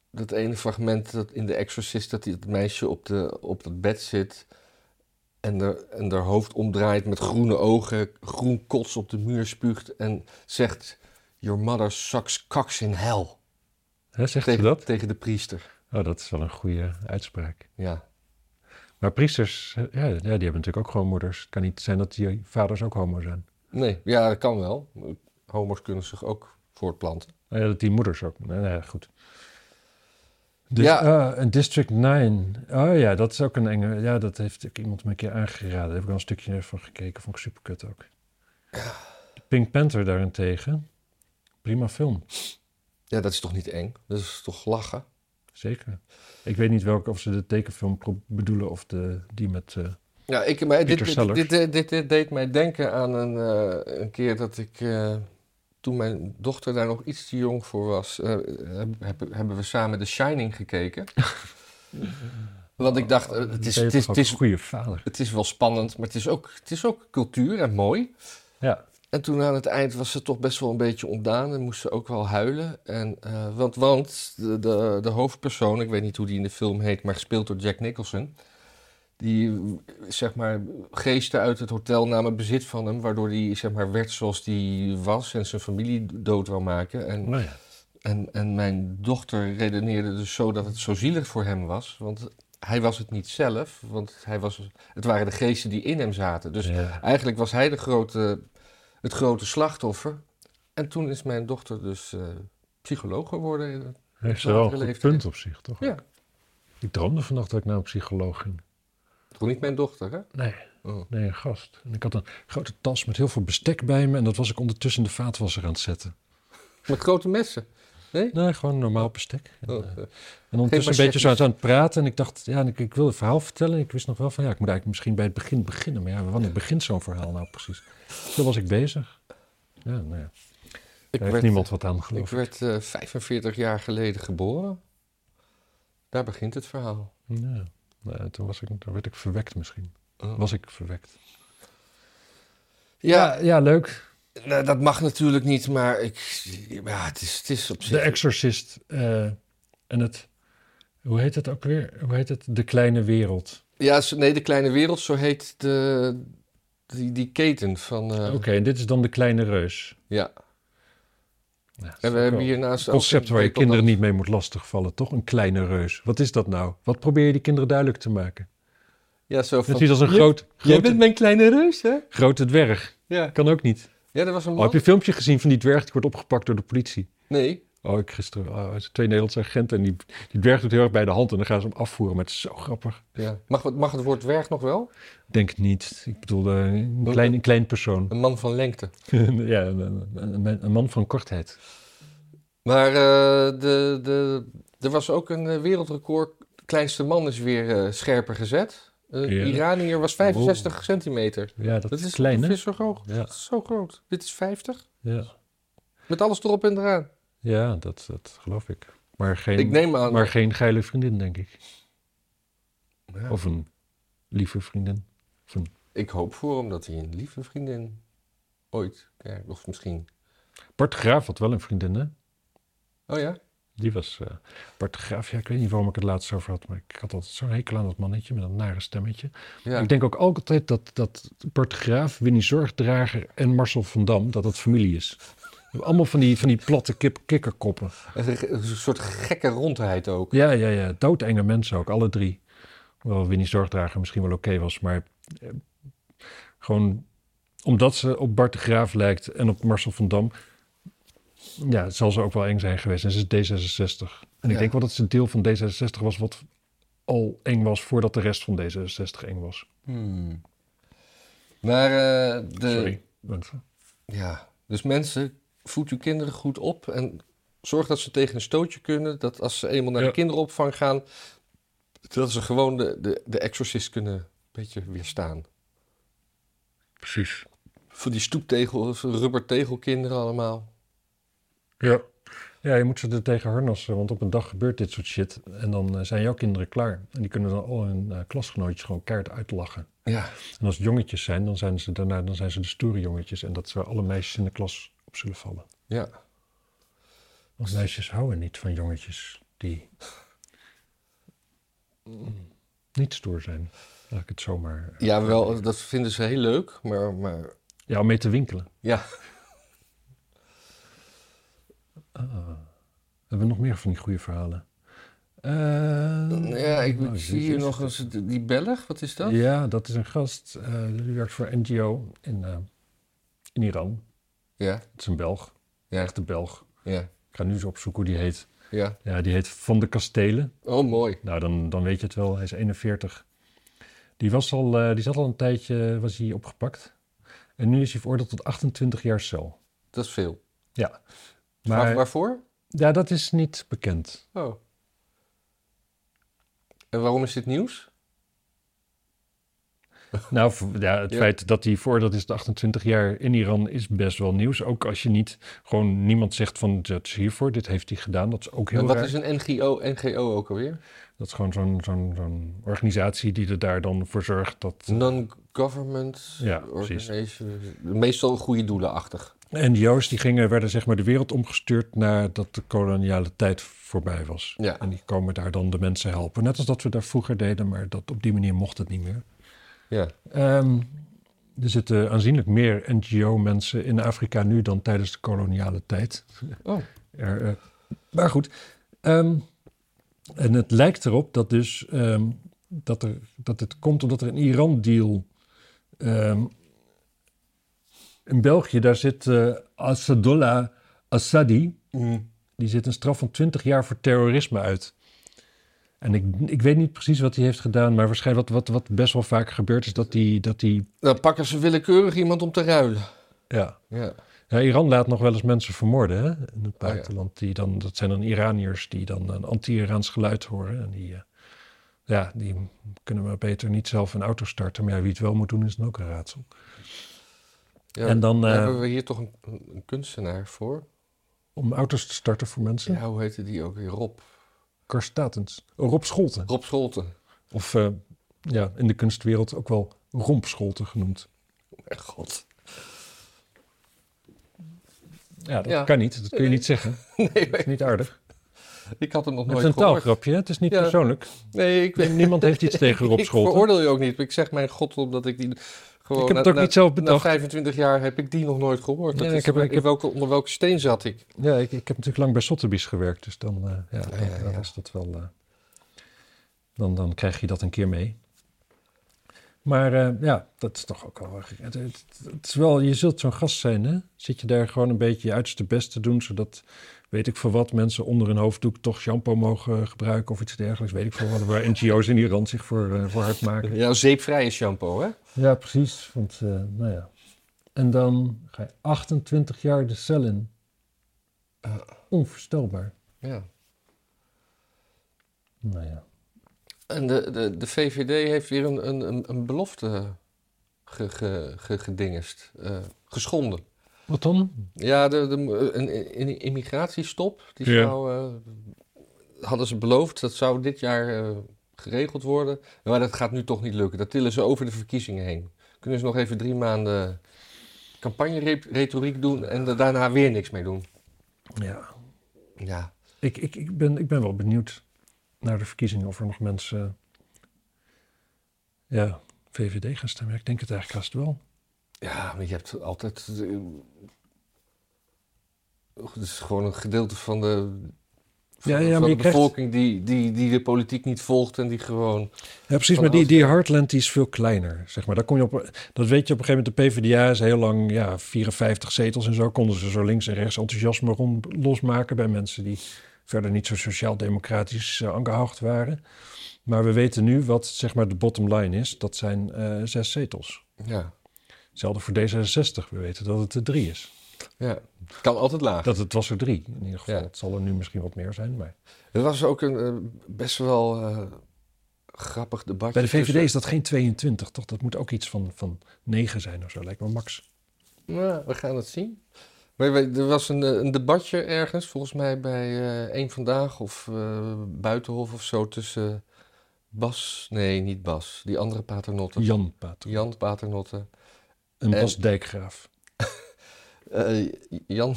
S1: dat ene fragment dat in The Exorcist dat die- het meisje op, de, op het bed zit. En haar, en haar hoofd omdraait met groene ogen, groen kots op de muur spuugt en zegt: Your mother sucks cocks in hell.
S2: Hè, zegt ze
S1: Tegen,
S2: dat?
S1: tegen de priester.
S2: Oh, dat is wel een goede uitspraak.
S1: Ja.
S2: Maar priesters, eh, ja, ja, die hebben natuurlijk ook gewoon moeders. Het kan niet zijn dat die vaders ook homo zijn.
S1: Nee, ja, dat kan wel. Homo's kunnen zich ook voortplanten.
S2: Nou ja, dat die moeders ook. Nou ja, goed. Dus,
S1: Ja.
S2: ja. en District 9. Oh ja, dat is ook een enge. Ja, dat heeft ook iemand me een keer aangeraden. Daar heb ik al een stukje van gekeken. Vond ik super kut ook. Pink Panther daarentegen. Prima film.
S1: Ja, dat is toch niet eng? Dat is toch lachen?
S2: Zeker. Ik weet niet welke, of ze de tekenfilm pro- bedoelen of de, die met... eh,
S1: Ja, ik, maar dit,
S2: Pieter
S1: dit,
S2: Sellers.
S1: dit, dit, dit- dit deed mij denken aan een, eh, een keer dat ik, eh, toen mijn dochter daar nog iets te jong voor was, eh, heb- heb- hebben we samen The Shining gekeken. Want ik dacht, eh, het is,
S2: ben je
S1: het, is, het,
S2: Oh, toch ook
S1: is,
S2: een goede vader.
S1: het is wel spannend, maar het is, ook, het is ook cultuur en mooi.
S2: Ja.
S1: En toen aan het eind was ze toch best wel een beetje ontdaan en moest ze ook wel huilen. En, eh, want want de, de, de hoofdpersoon, ik weet niet hoe die in de film heet, maar gespeeld door Jack Nicholson. Die zeg maar, geesten uit het hotel namen bezit van hem, waardoor hij zeg maar, werd zoals hij was en zijn familie dood wou maken. En
S2: Nou ja.
S1: en, en mijn dochter redeneerde dus zo dat het zo zielig voor hem was. Want hij was het niet zelf, want hij was, het waren de geesten die in hem zaten. Dus
S2: Ja.
S1: eigenlijk was hij de grote, het grote slachtoffer. En toen is mijn dochter dus eh, psycholoog geworden.
S2: Heeft ze wel een
S1: latere
S2: goed
S1: leeftijd.
S2: punt op zich, toch?
S1: Ja.
S2: Ik droomde vannacht dat ik naar een psycholoog ging.
S1: Toen niet mijn dochter, hè?
S2: Nee.
S1: Oh.
S2: Nee, een gast. En ik had een grote tas met heel veel bestek bij me. En dat was ik ondertussen in de vaatwasser aan het zetten.
S1: Met grote messen. Nee?
S2: Nee, gewoon normaal bestek. En,
S1: Oh,
S2: eh,
S1: eh.
S2: en ondertussen een beetje zo
S1: machetjes.
S2: aan het- aan het praten. En ik dacht, ja, en ik, ik wil een verhaal vertellen. Ik wist nog wel van, ja, ik moet eigenlijk misschien bij het begin beginnen. Maar ja, wanneer begint zo'n verhaal nou precies? Zo was ik bezig. Ja, nou ja.
S1: Ik
S2: Daar heeft niemand wat aan,
S1: ik
S2: geloof ik.
S1: werd eh, 45 jaar geleden geboren. Daar begint het verhaal.
S2: Ja. Nou, toen was ik, toen werd ik verwekt misschien.
S1: Oh.
S2: Was ik verwekt.
S1: Ja,
S2: ja leuk.
S1: Nou, dat mag natuurlijk niet, maar ik, ja, het, is, het is op
S2: De
S1: zich.
S2: Exorcist eh, en het... Hoe heet het ook weer? Hoe heet het? De Kleine Wereld.
S1: Ja, zo- nee, de kleine wereld, zo heet de, die, die keten van. eh,
S2: Oké, en dit is dan de kleine reus.
S1: Ja,
S2: Ja, dat is
S1: en we
S2: ook
S1: hebben
S2: wel
S1: hiernaast.
S2: een
S1: ook
S2: concept
S1: een
S2: waar je
S1: week op
S2: kinderen
S1: dat-
S2: niet mee moet lastigvallen, toch? Een kleine reus. Wat is dat nou? Wat probeer je die kinderen duidelijk te maken?
S1: Ja, zo van.
S2: Net iets als een
S1: "Je-
S2: groot,
S1: Jij
S2: grote,
S1: bent mijn kleine reus, hè?
S2: grote dwerg.
S1: Ja.
S2: Kan ook niet.
S1: Ja, dat was een
S2: Oh, heb
S1: man.
S2: je een filmpje gezien van die dwerg die wordt opgepakt door de politie?
S1: Nee.
S2: Oh, ik gisteren, oh, er zijn twee Nederlandse agenten en die, die dwerg doet heel erg bij de hand en dan gaan ze hem afvoeren. Maar het is zo grappig.
S1: Ja. Mag, het- mag het woord dwerg nog wel?
S2: Ik Denk het niet. Ik bedoel, eh, een, klein, een klein persoon.
S1: Een man van lengte.
S2: ja, een, een- een- een man van kortheid.
S1: Maar eh, de, de, er was ook een eh, wereldrecord. Kleinste man is weer eh, scherper gezet. Een
S2: Ja.
S1: Iranier was 65 centimeter.
S2: Ja, dat,
S1: Dat
S2: is
S1: is,
S2: klein,
S1: dat
S2: hè?
S1: is zo groot.
S2: Ja.
S1: Dat is zo groot. Dit is 50.
S2: Ja.
S1: Met alles erop en eraan.
S2: Ja, dat, dat geloof ik. Maar geen,
S1: Ik neem aan.
S2: maar geen geile vriendin, denk ik.
S1: Ja.
S2: Of een lieve vriendin. Of een
S1: Ik hoop voor hem dat hij een lieve vriendin ooit krijgt. Of misschien.
S2: Bart de Graaf had wel een vriendin, hè?
S1: Oh ja?
S2: Die was eh Bart de Graaf. Ja, ik weet niet waarom ik het laatst over had, maar ik had altijd zo'n hekel aan dat mannetje met dat nare stemmetje.
S1: Ja.
S2: Ik denk ook altijd dat, dat Bart de Graaf, Winnie Zorgdrager en Marcel van Dam, dat dat familie is. Allemaal van die, van die platte kip, kikkerkoppen.
S1: Een, ge- een soort gekke rondheid ook.
S2: Ja, ja, ja. Doodenge mensen ook, alle drie. Wel, Winnie Zorgdrager misschien wel oké was, maar eh, Gewoon omdat ze op Bart de Graaf lijkt en op Marcel van Dam. Ja, het zal ze ook wel eng zijn geweest. En ze is D66. En ik
S1: Ja.
S2: denk wel dat ze een deel van D66 was wat al eng was voordat de rest van D66 eng was.
S1: Hmm. Maar eh, de,
S2: Sorry, eh, mensen.
S1: Ja, dus mensen, voed uw kinderen goed op en zorg dat ze tegen een stootje kunnen. Dat als ze eenmaal naar
S2: Ja.
S1: de kinderopvang gaan, dat ze gewoon de, de, de exorcist kunnen een beetje weerstaan.
S2: Precies.
S1: Voor die stoeptegel, rubbertegelkinderen allemaal.
S2: Ja. Ja, je moet ze er tegen harnassen, want op een dag gebeurt dit soort shit. En dan eh, zijn jouw kinderen klaar. En die kunnen dan al hun eh, klasgenootjes gewoon keihard uitlachen.
S1: Ja,
S2: En als het jongetjes zijn, dan zijn ze daarna dan zijn ze de stoere jongetjes. En dat is waar alle meisjes in de klas op zullen vallen.
S1: ja.
S2: Want meisjes houden niet van jongetjes die mm, niet stoer zijn. Laat ik het zomaar. eh,
S1: ja wel, dat vinden ze heel leuk, maar, maar
S2: Ja, om mee te winkelen.
S1: ja.
S2: Ah. Hebben we nog meer van die goede verhalen? Eh,
S1: ja ik,
S2: nou,
S1: ik zie hier
S2: jezus.
S1: nog eens die die Belg, wat is dat?
S2: Ja, dat is een gast. eh, die werkt voor NGO in, eh, in Iran.
S1: Ja,
S2: Het is een Belg.
S1: ja,
S2: Echt een Belg.
S1: ja.
S2: Ik ga nu eens opzoeken hoe die heet.
S1: ja.
S2: Ja, die heet Van de Kastelen.
S1: Oh, mooi.
S2: Nou, dan, dan weet je het wel. Hij is 41. Die, was al, eh, die zat al een tijdje was hij opgepakt. En nu is hij veroordeeld tot 28 jaar cel.
S1: Dat is veel.
S2: Ja.
S1: Maar...
S2: Maar
S1: Waarvoor?
S2: ja, dat is niet bekend.
S1: Oh. En waarom is dit nieuws?
S2: Nou, v- ja, het
S1: Ja.
S2: feit dat hij veroordeeld is tot 28 jaar in Iran is best wel nieuws. Ook als je niet gewoon niemand zegt van dat is hiervoor, dit heeft hij gedaan. Dat is ook heel
S1: en wat
S2: raar.
S1: is een NGO, NGO ook alweer?
S2: Dat is gewoon zo'n zo'n zo'n organisatie die er daar dan voor zorgt dat...
S1: Non-government
S2: Ja, precies.
S1: organization. Meestal goede doelenachtig.
S2: En NGO's die gingen, werden zeg maar de wereld omgestuurd nadat de koloniale tijd voorbij was.
S1: Ja.
S2: En die komen daar dan de mensen helpen. Net als dat we daar vroeger deden, maar dat, op die manier mocht het niet meer.
S1: Ja.
S2: Ehm, er zitten aanzienlijk meer NGO-mensen in Afrika nu dan tijdens de koloniale tijd.
S1: Oh.
S2: Er, eh, maar goed. ehm, en het lijkt erop dat, dus, ehm, dat, er, dat het komt omdat er een Iran-deal. ehm, in België, daar zit eh Assadollah Assadi. Die zit een straf van 20 jaar voor terrorisme uit. En ik, ik weet niet precies wat hij heeft gedaan, maar waarschijnlijk wat, wat, wat best wel vaak gebeurt is dat hij. Dat die,
S1: Dan Nou, pakken ze willekeurig iemand om te ruilen.
S2: ja.
S1: Ja.
S2: Ja, Iran laat nog wel eens mensen vermoorden hè? in
S1: Oh,
S2: het
S1: ja.
S2: buitenland. die dan, dat zijn dan Iraniërs die dan een anti-Iraans geluid horen. En die, eh, ja, die kunnen maar beter niet zelf een auto starten. Maar ja, wie het wel moet doen, is dan ook een raadsel.
S1: Ja,
S2: en dan eh,
S1: hebben we hier toch een, een kunstenaar voor?
S2: om auto's te starten voor mensen.
S1: Ja, hoe heette die ook weer? Rob.
S2: Karstatens. Oh, Rob Scholten.
S1: Rob Scholten.
S2: Of eh, ja, in de kunstwereld ook wel Romp Scholten genoemd.
S1: Mijn god.
S2: Ja, dat
S1: Ja.
S2: kan niet. Dat kun je niet zeggen.
S1: Nee,
S2: Dat is niet aardig.
S1: ik had hem nog
S2: Het
S1: nooit
S2: is een
S1: gehoord.
S2: taalgrapje. hè? Het is niet
S1: Ja.
S2: persoonlijk.
S1: Nee, ik, weet-
S2: Niemand heeft iets tegen Rob
S1: ik
S2: Scholten.
S1: veroordeel je ook niet. Ik zeg mijn god omdat ik die gewoon...
S2: Ik heb het
S1: na-
S2: ook
S1: na-
S2: niet zelf
S1: Na
S2: bedacht.
S1: 25 jaar heb ik die nog nooit gehoord. Dat
S2: Nee,
S1: is,
S2: ik heb- ik
S1: in
S2: heb-
S1: welke, onder welke steen zat ik?
S2: Ja, ik, ik heb natuurlijk lang bij Sotheby's gewerkt, dus dan, eh, ja, dan,
S1: ja,
S2: dan
S1: ja.
S2: is dat wel. eh, dan, dan krijg je dat een keer mee. Maar eh, ja, dat is toch ook wel. erg. Het, het, het is wel je zult zo'n gast zijn, hè? Zit je daar gewoon een beetje je uiterste best te doen, zodat weet ik voor wat mensen onder hun hoofddoek toch shampoo mogen gebruiken of iets dergelijks. Weet ik voor wat, waar NGO's in Iran zich voor, eh, voor hard maken.
S1: Ja, zeepvrije shampoo, hè?
S2: Ja, precies. Want, eh, nou ja. En dan ga je 28 jaar de cel in. Ah. Onvoorstelbaar.
S1: Ja.
S2: Nou ja.
S1: En de, de, de VVD heeft weer een, een, een, een belofte ge, ge, ge- gedingest, eh, geschonden.
S2: Wat dan?
S1: Ja, de, de, een, een immigratiestop, die
S2: Ja.
S1: zou, eh, hadden ze beloofd, dat zou dit jaar eh, geregeld worden. Maar dat gaat nu toch niet lukken. Dat tillen ze over de verkiezingen heen. Kunnen ze nog even drie maanden campagneretoriek doen en er daarna weer niks mee doen.
S2: Ja,
S1: Ja,
S2: ik, ik, ik, ben, ik ben wel benieuwd naar de verkiezingen of er nog mensen ja, VVD gaan stemmen. Ik denk het eigenlijk haast wel.
S1: Ja, maar je hebt altijd. eh, Het is gewoon een gedeelte van de Ja, ja, maar de bevolking die, die, die de politiek niet volgt en die gewoon...
S2: Ja, precies, maar die, die Heartland die is veel kleiner, zeg maar. Daar kom je op, dat weet je op een gegeven moment. De PvdA is heel lang, ja, 54 zetels en zo... konden ze zo links en rechts enthousiasme rond, losmaken bij mensen... die verder niet zo sociaal-democratisch uh, waren. Maar we weten nu wat, zeg maar, de bottom line is. Dat zijn uh, zes zetels.
S1: Ja.
S2: Hetzelfde voor D66. We weten dat het er drie is.
S1: Ja, het kan altijd laag.
S2: Dat het was er drie. In ieder geval, ja. het zal er nu misschien wat meer zijn. Maar...
S1: Er was ook een uh, best wel uh, grappig debat.
S2: Bij de VVD tussen... is dus, eh, dat geen 22, toch? Dat moet ook iets van, van 9 zijn of zo, lijkt me max.
S1: Nou, we gaan het zien. Maar, er was een, eh, een debatje ergens, volgens mij bij uh, Eén Vandaag of eh, Buitenhof of zo, tussen Bas, nee, niet Bas, die andere paternotte.
S2: Jan Paternotte.
S1: Jan Paternotte.
S2: En Bas en... Dijkgraaf.
S1: Uh, Jan,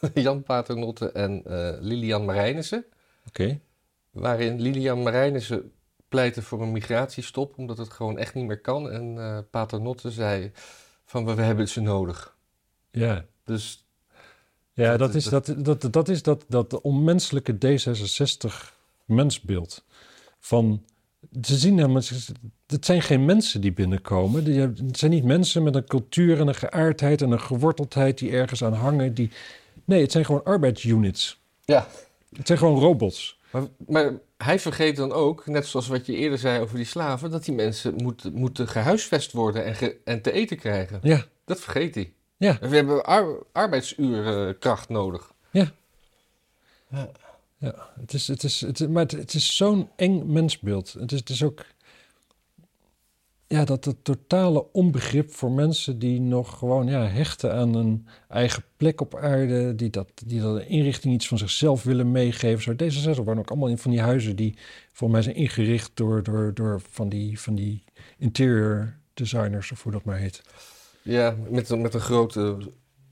S1: Jan Paternotte en uh, Lilian Marijnissen.
S2: Oké. Okay.
S1: Waarin Lilian Marijnissen pleitte voor een migratiestop, omdat het gewoon echt niet meer kan. En uh, Paternotte zei van we, we hebben ze nodig.
S2: Ja.
S1: Dus...
S2: Ja, dat, dat is, dat, dat, dat, is dat, dat onmenselijke D66-mensbeeld. Van, ze zien helemaal, het zijn geen mensen die binnenkomen. Het zijn niet mensen met een cultuur en een geaardheid en een geworteldheid die ergens aan hangen. Die... Nee, het zijn gewoon arbeidsunits.
S1: Ja.
S2: Het zijn gewoon robots.
S1: Maar, maar hij vergeet dan ook, net zoals wat je eerder zei over die slaven, dat die mensen moeten, moeten gehuisvest worden en, ge, en te eten krijgen.
S2: Ja.
S1: Dat vergeet hij.
S2: Ja.
S1: We hebben ar, arbeidsuurkracht nodig.
S2: Ja. ja. Ja, het is, het is, het is, maar het, het is zo'n eng mensbeeld. Het is, het is ook. Ja, dat, dat totale onbegrip voor mensen die nog gewoon ja, hechten aan een eigen plek op aarde, die dat, die dat een inrichting iets van zichzelf willen meegeven. Zo, deze zes waren ook allemaal in van die huizen die volgens mij zijn ingericht door, door, door van, die, van die interior designers, of hoe dat maar heet.
S1: Ja, met, een, met een grote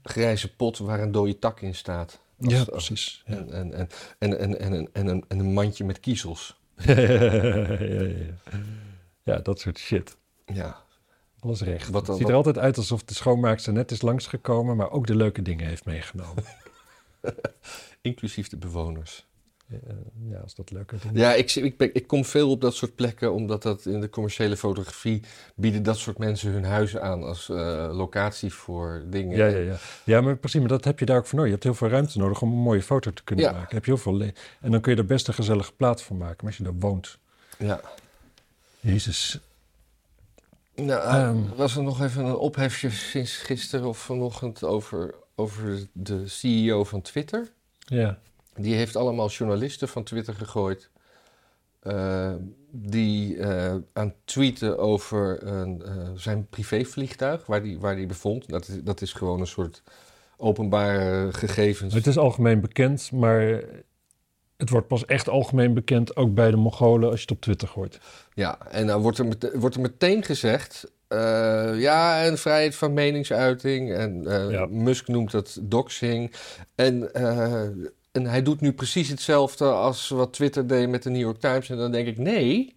S1: grijze pot waar een dode tak in staat.
S2: Als, ja, precies.
S1: En, ja. en, en, en, en, en, en, en, en, een mandje met kiezels.
S2: ja, ja, ja, dat soort shit.
S1: Ja.
S2: Alles recht. Wat, het ziet er altijd uit alsof de schoonmaakster net is langsgekomen, maar ook de leuke dingen heeft meegenomen.
S1: Inclusief de bewoners.
S2: Ja, als dat leuker is.
S1: Ja, ik, ik, ben, ik kom veel op dat soort plekken, omdat dat in de commerciële fotografie bieden dat soort mensen hun huizen aan als uh, locatie voor dingen.
S2: Ja, ja, ja. ja, maar precies, maar dat heb je daar ook voor nodig. Je hebt heel veel ruimte nodig om een mooie foto te kunnen ja. maken. Heb je heel veel en dan kun je er best een gezellige plaats van maken, maar als je daar woont.
S1: Ja.
S2: Jezus.
S1: Nou,
S2: Ehm.
S1: um, was er nog even een ophefje sinds gisteren of vanochtend over, over de CEO van Twitter?
S2: Ja.
S1: Die heeft allemaal journalisten van Twitter gegooid. Uh, die uh, aan tweeten over een, uh, zijn privévliegtuig, waar die, waar die bevond. Dat is, dat is gewoon een soort openbare gegevens.
S2: Het is algemeen bekend, maar het wordt pas echt algemeen bekend, ook bij de Mongolen, als je het op Twitter gooit.
S1: Ja, en dan wordt er, met, wordt er meteen gezegd. eh, ja, en vrijheid van meningsuiting. En ja. Musk noemt dat doxing. En eh, en hij doet nu precies hetzelfde als wat Twitter deed met de New York Times. En dan denk ik, nee,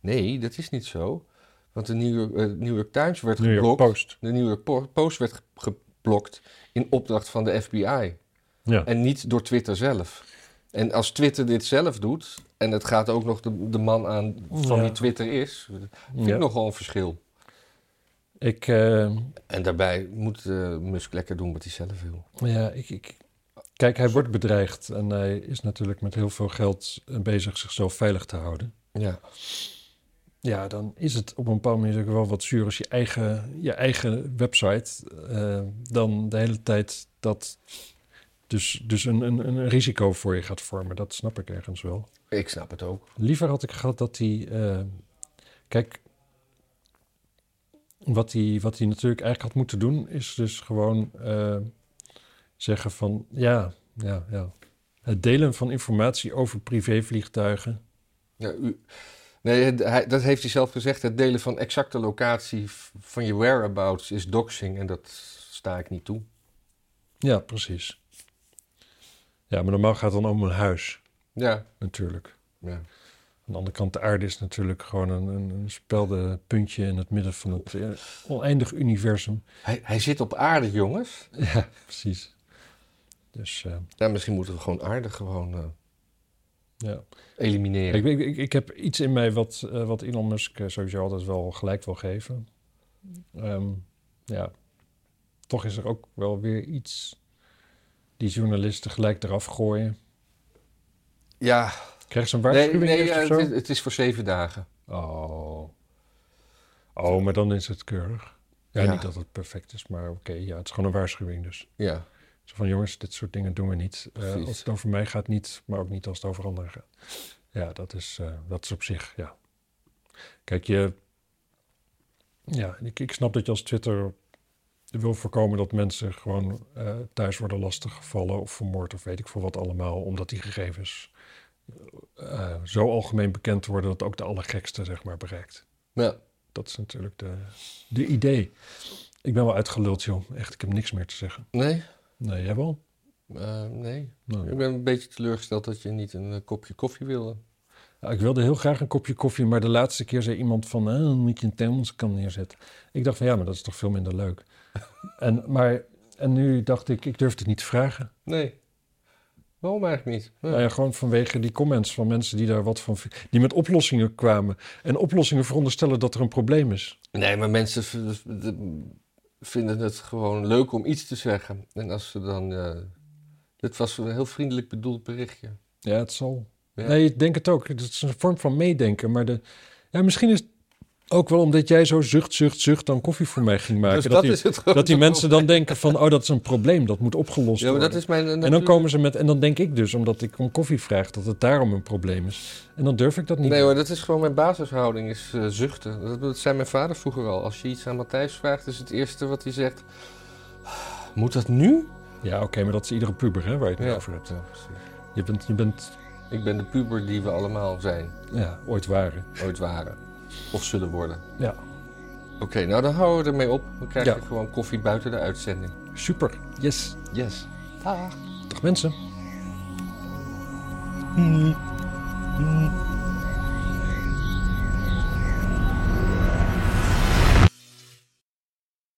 S1: nee, dat is niet zo. Want de New York, uh, New York Times werd
S2: New
S1: geblokt.
S2: York Post.
S1: De New York Post werd geblokt in opdracht van de FBI.
S2: Ja.
S1: En niet door Twitter zelf. En als Twitter dit zelf doet, en het gaat ook nog de, de man aan van ja. wie Twitter is, vind ja. ik nogal een verschil.
S2: Ik, uh...
S1: En daarbij moet uh, Musk lekker doen wat hij zelf wil.
S2: Ja, ik, ik... Kijk, hij wordt bedreigd en hij is natuurlijk met heel veel geld bezig zichzelf veilig te houden.
S1: Ja.
S2: Ja, dan is het op een bepaalde manier wel wat zuur als je eigen, je eigen website uh, dan de hele tijd dat dus, dus een, een, een, risico voor je gaat vormen. Dat snap ik ergens wel.
S1: Ik snap het ook.
S2: Liever had ik gehad dat hij. Uh, kijk, wat hij, wat hij natuurlijk eigenlijk had moeten doen, is dus gewoon. Uh, zeggen van ja, ja, ja. Het delen van informatie over privévliegtuigen.
S1: Ja, u, nee, hij, dat heeft hij zelf gezegd. Het delen van exacte locatie van je whereabouts is doxing en dat sta ik niet toe.
S2: Ja, precies. Ja, maar normaal gaat het dan om een huis.
S1: Ja.
S2: Natuurlijk.
S1: Ja.
S2: Aan de andere kant, de aarde is natuurlijk gewoon een, een spelde puntje in het midden van het eh, oneindig universum.
S1: Hij, hij zit op aarde, jongens.
S2: Ja, precies. Dus, uh,
S1: ja, misschien moeten we gewoon aarde gewoon uh,
S2: Ja.
S1: elimineren.
S2: Ik, ik, ik, ik heb iets in mij wat, eh, wat Elon Musk eh, sowieso altijd wel gelijk wil geven. Ehm, ja, toch is er ook wel weer iets die journalisten gelijk eraf gooien.
S1: Ja,
S2: Krijg ze een
S1: nee,
S2: waarschuwing
S1: nee,
S2: eerst
S1: eh,
S2: of
S1: het,
S2: zo?
S1: is, het is voor zeven dagen.
S2: Oh. oh, maar dan is het keurig. Ja,
S1: Ja.
S2: niet dat het perfect is, maar oké, ja, het is gewoon een waarschuwing dus.
S1: Ja,
S2: Zo van, jongens, dit soort dingen doen we niet. Eh,
S1: Precies.
S2: als het over mij gaat, niet. Maar ook niet als het over anderen gaat. Ja, dat is, eh, dat is op zich, ja. Kijk, je... Ja, ik, ik snap dat je als Twitter wil voorkomen dat mensen gewoon eh, thuis worden lastiggevallen of vermoord of weet ik veel wat allemaal, omdat die gegevens eh, zo algemeen bekend worden dat ook de allergekste, zeg maar, bereikt.
S1: ja.
S2: Dat is natuurlijk de, de idee. Ik ben wel uitgeluld, joh. Echt, ik heb niks meer te zeggen.
S1: nee,
S2: Nee, jij wel?
S1: eh, nee.
S2: Nou,
S1: Ik ben een beetje teleurgesteld dat je niet een eh, kopje koffie wilde.
S2: ja, ik wilde heel graag een kopje koffie, maar de laatste keer zei iemand van... eh, dan moet je een thermoskan neerzetten. Ik dacht van, ja, maar dat is toch veel minder leuk. en, maar, en nu dacht ik, ik durfde het niet te vragen.
S1: Nee. Waarom eigenlijk niet? Ja.
S2: Nou ja, gewoon vanwege die comments van mensen die daar wat van... die met oplossingen kwamen. En oplossingen veronderstellen dat er een probleem is.
S1: Nee, maar mensen v- v- de- vinden het gewoon leuk om iets te zeggen. En als ze dan... eh dit was een heel vriendelijk bedoeld berichtje.
S2: Ja, het zal.
S1: Ja.
S2: Nee, ik denk het ook. Het is een vorm van meedenken. Maar de, ja, misschien is het ook wel omdat jij zo zucht, zucht, zucht dan koffie voor mij ging maken.
S1: Dus
S2: dat,
S1: dat
S2: die,
S1: is het
S2: dat die
S1: grote
S2: mensen dan denken van, oh, dat is een probleem. Dat moet opgelost
S1: Ja, maar
S2: worden.
S1: dat is mijn... eh,
S2: En dan
S1: natuur-
S2: komen ze met, en dan denk ik dus, omdat ik om koffie vraag, dat het daarom een probleem is. En dan durf ik dat niet.
S1: Nee hoor, dat is gewoon mijn basishouding, is eh, zuchten. Dat, dat zei mijn vader vroeger al. Als je iets aan Matthijs vraagt, is het eerste wat hij zegt... "Ah, Moet dat nu?
S2: Ja, oké, maar dat is iedere puber, hè, waar je het
S1: Ja.
S2: over hebt.
S1: Ja, precies.
S2: Je bent, je bent
S1: Ik ben de puber die we allemaal zijn,
S2: ja, ooit waren.
S1: ooit waren. Of zullen worden.
S2: Ja,
S1: Oké, nou dan houden we ermee op. Dan krijg
S2: Ja.
S1: je gewoon koffie buiten de uitzending.
S2: super. Yes.
S1: Yes. Dag.
S2: Dag mensen.
S1: Mm. Mm.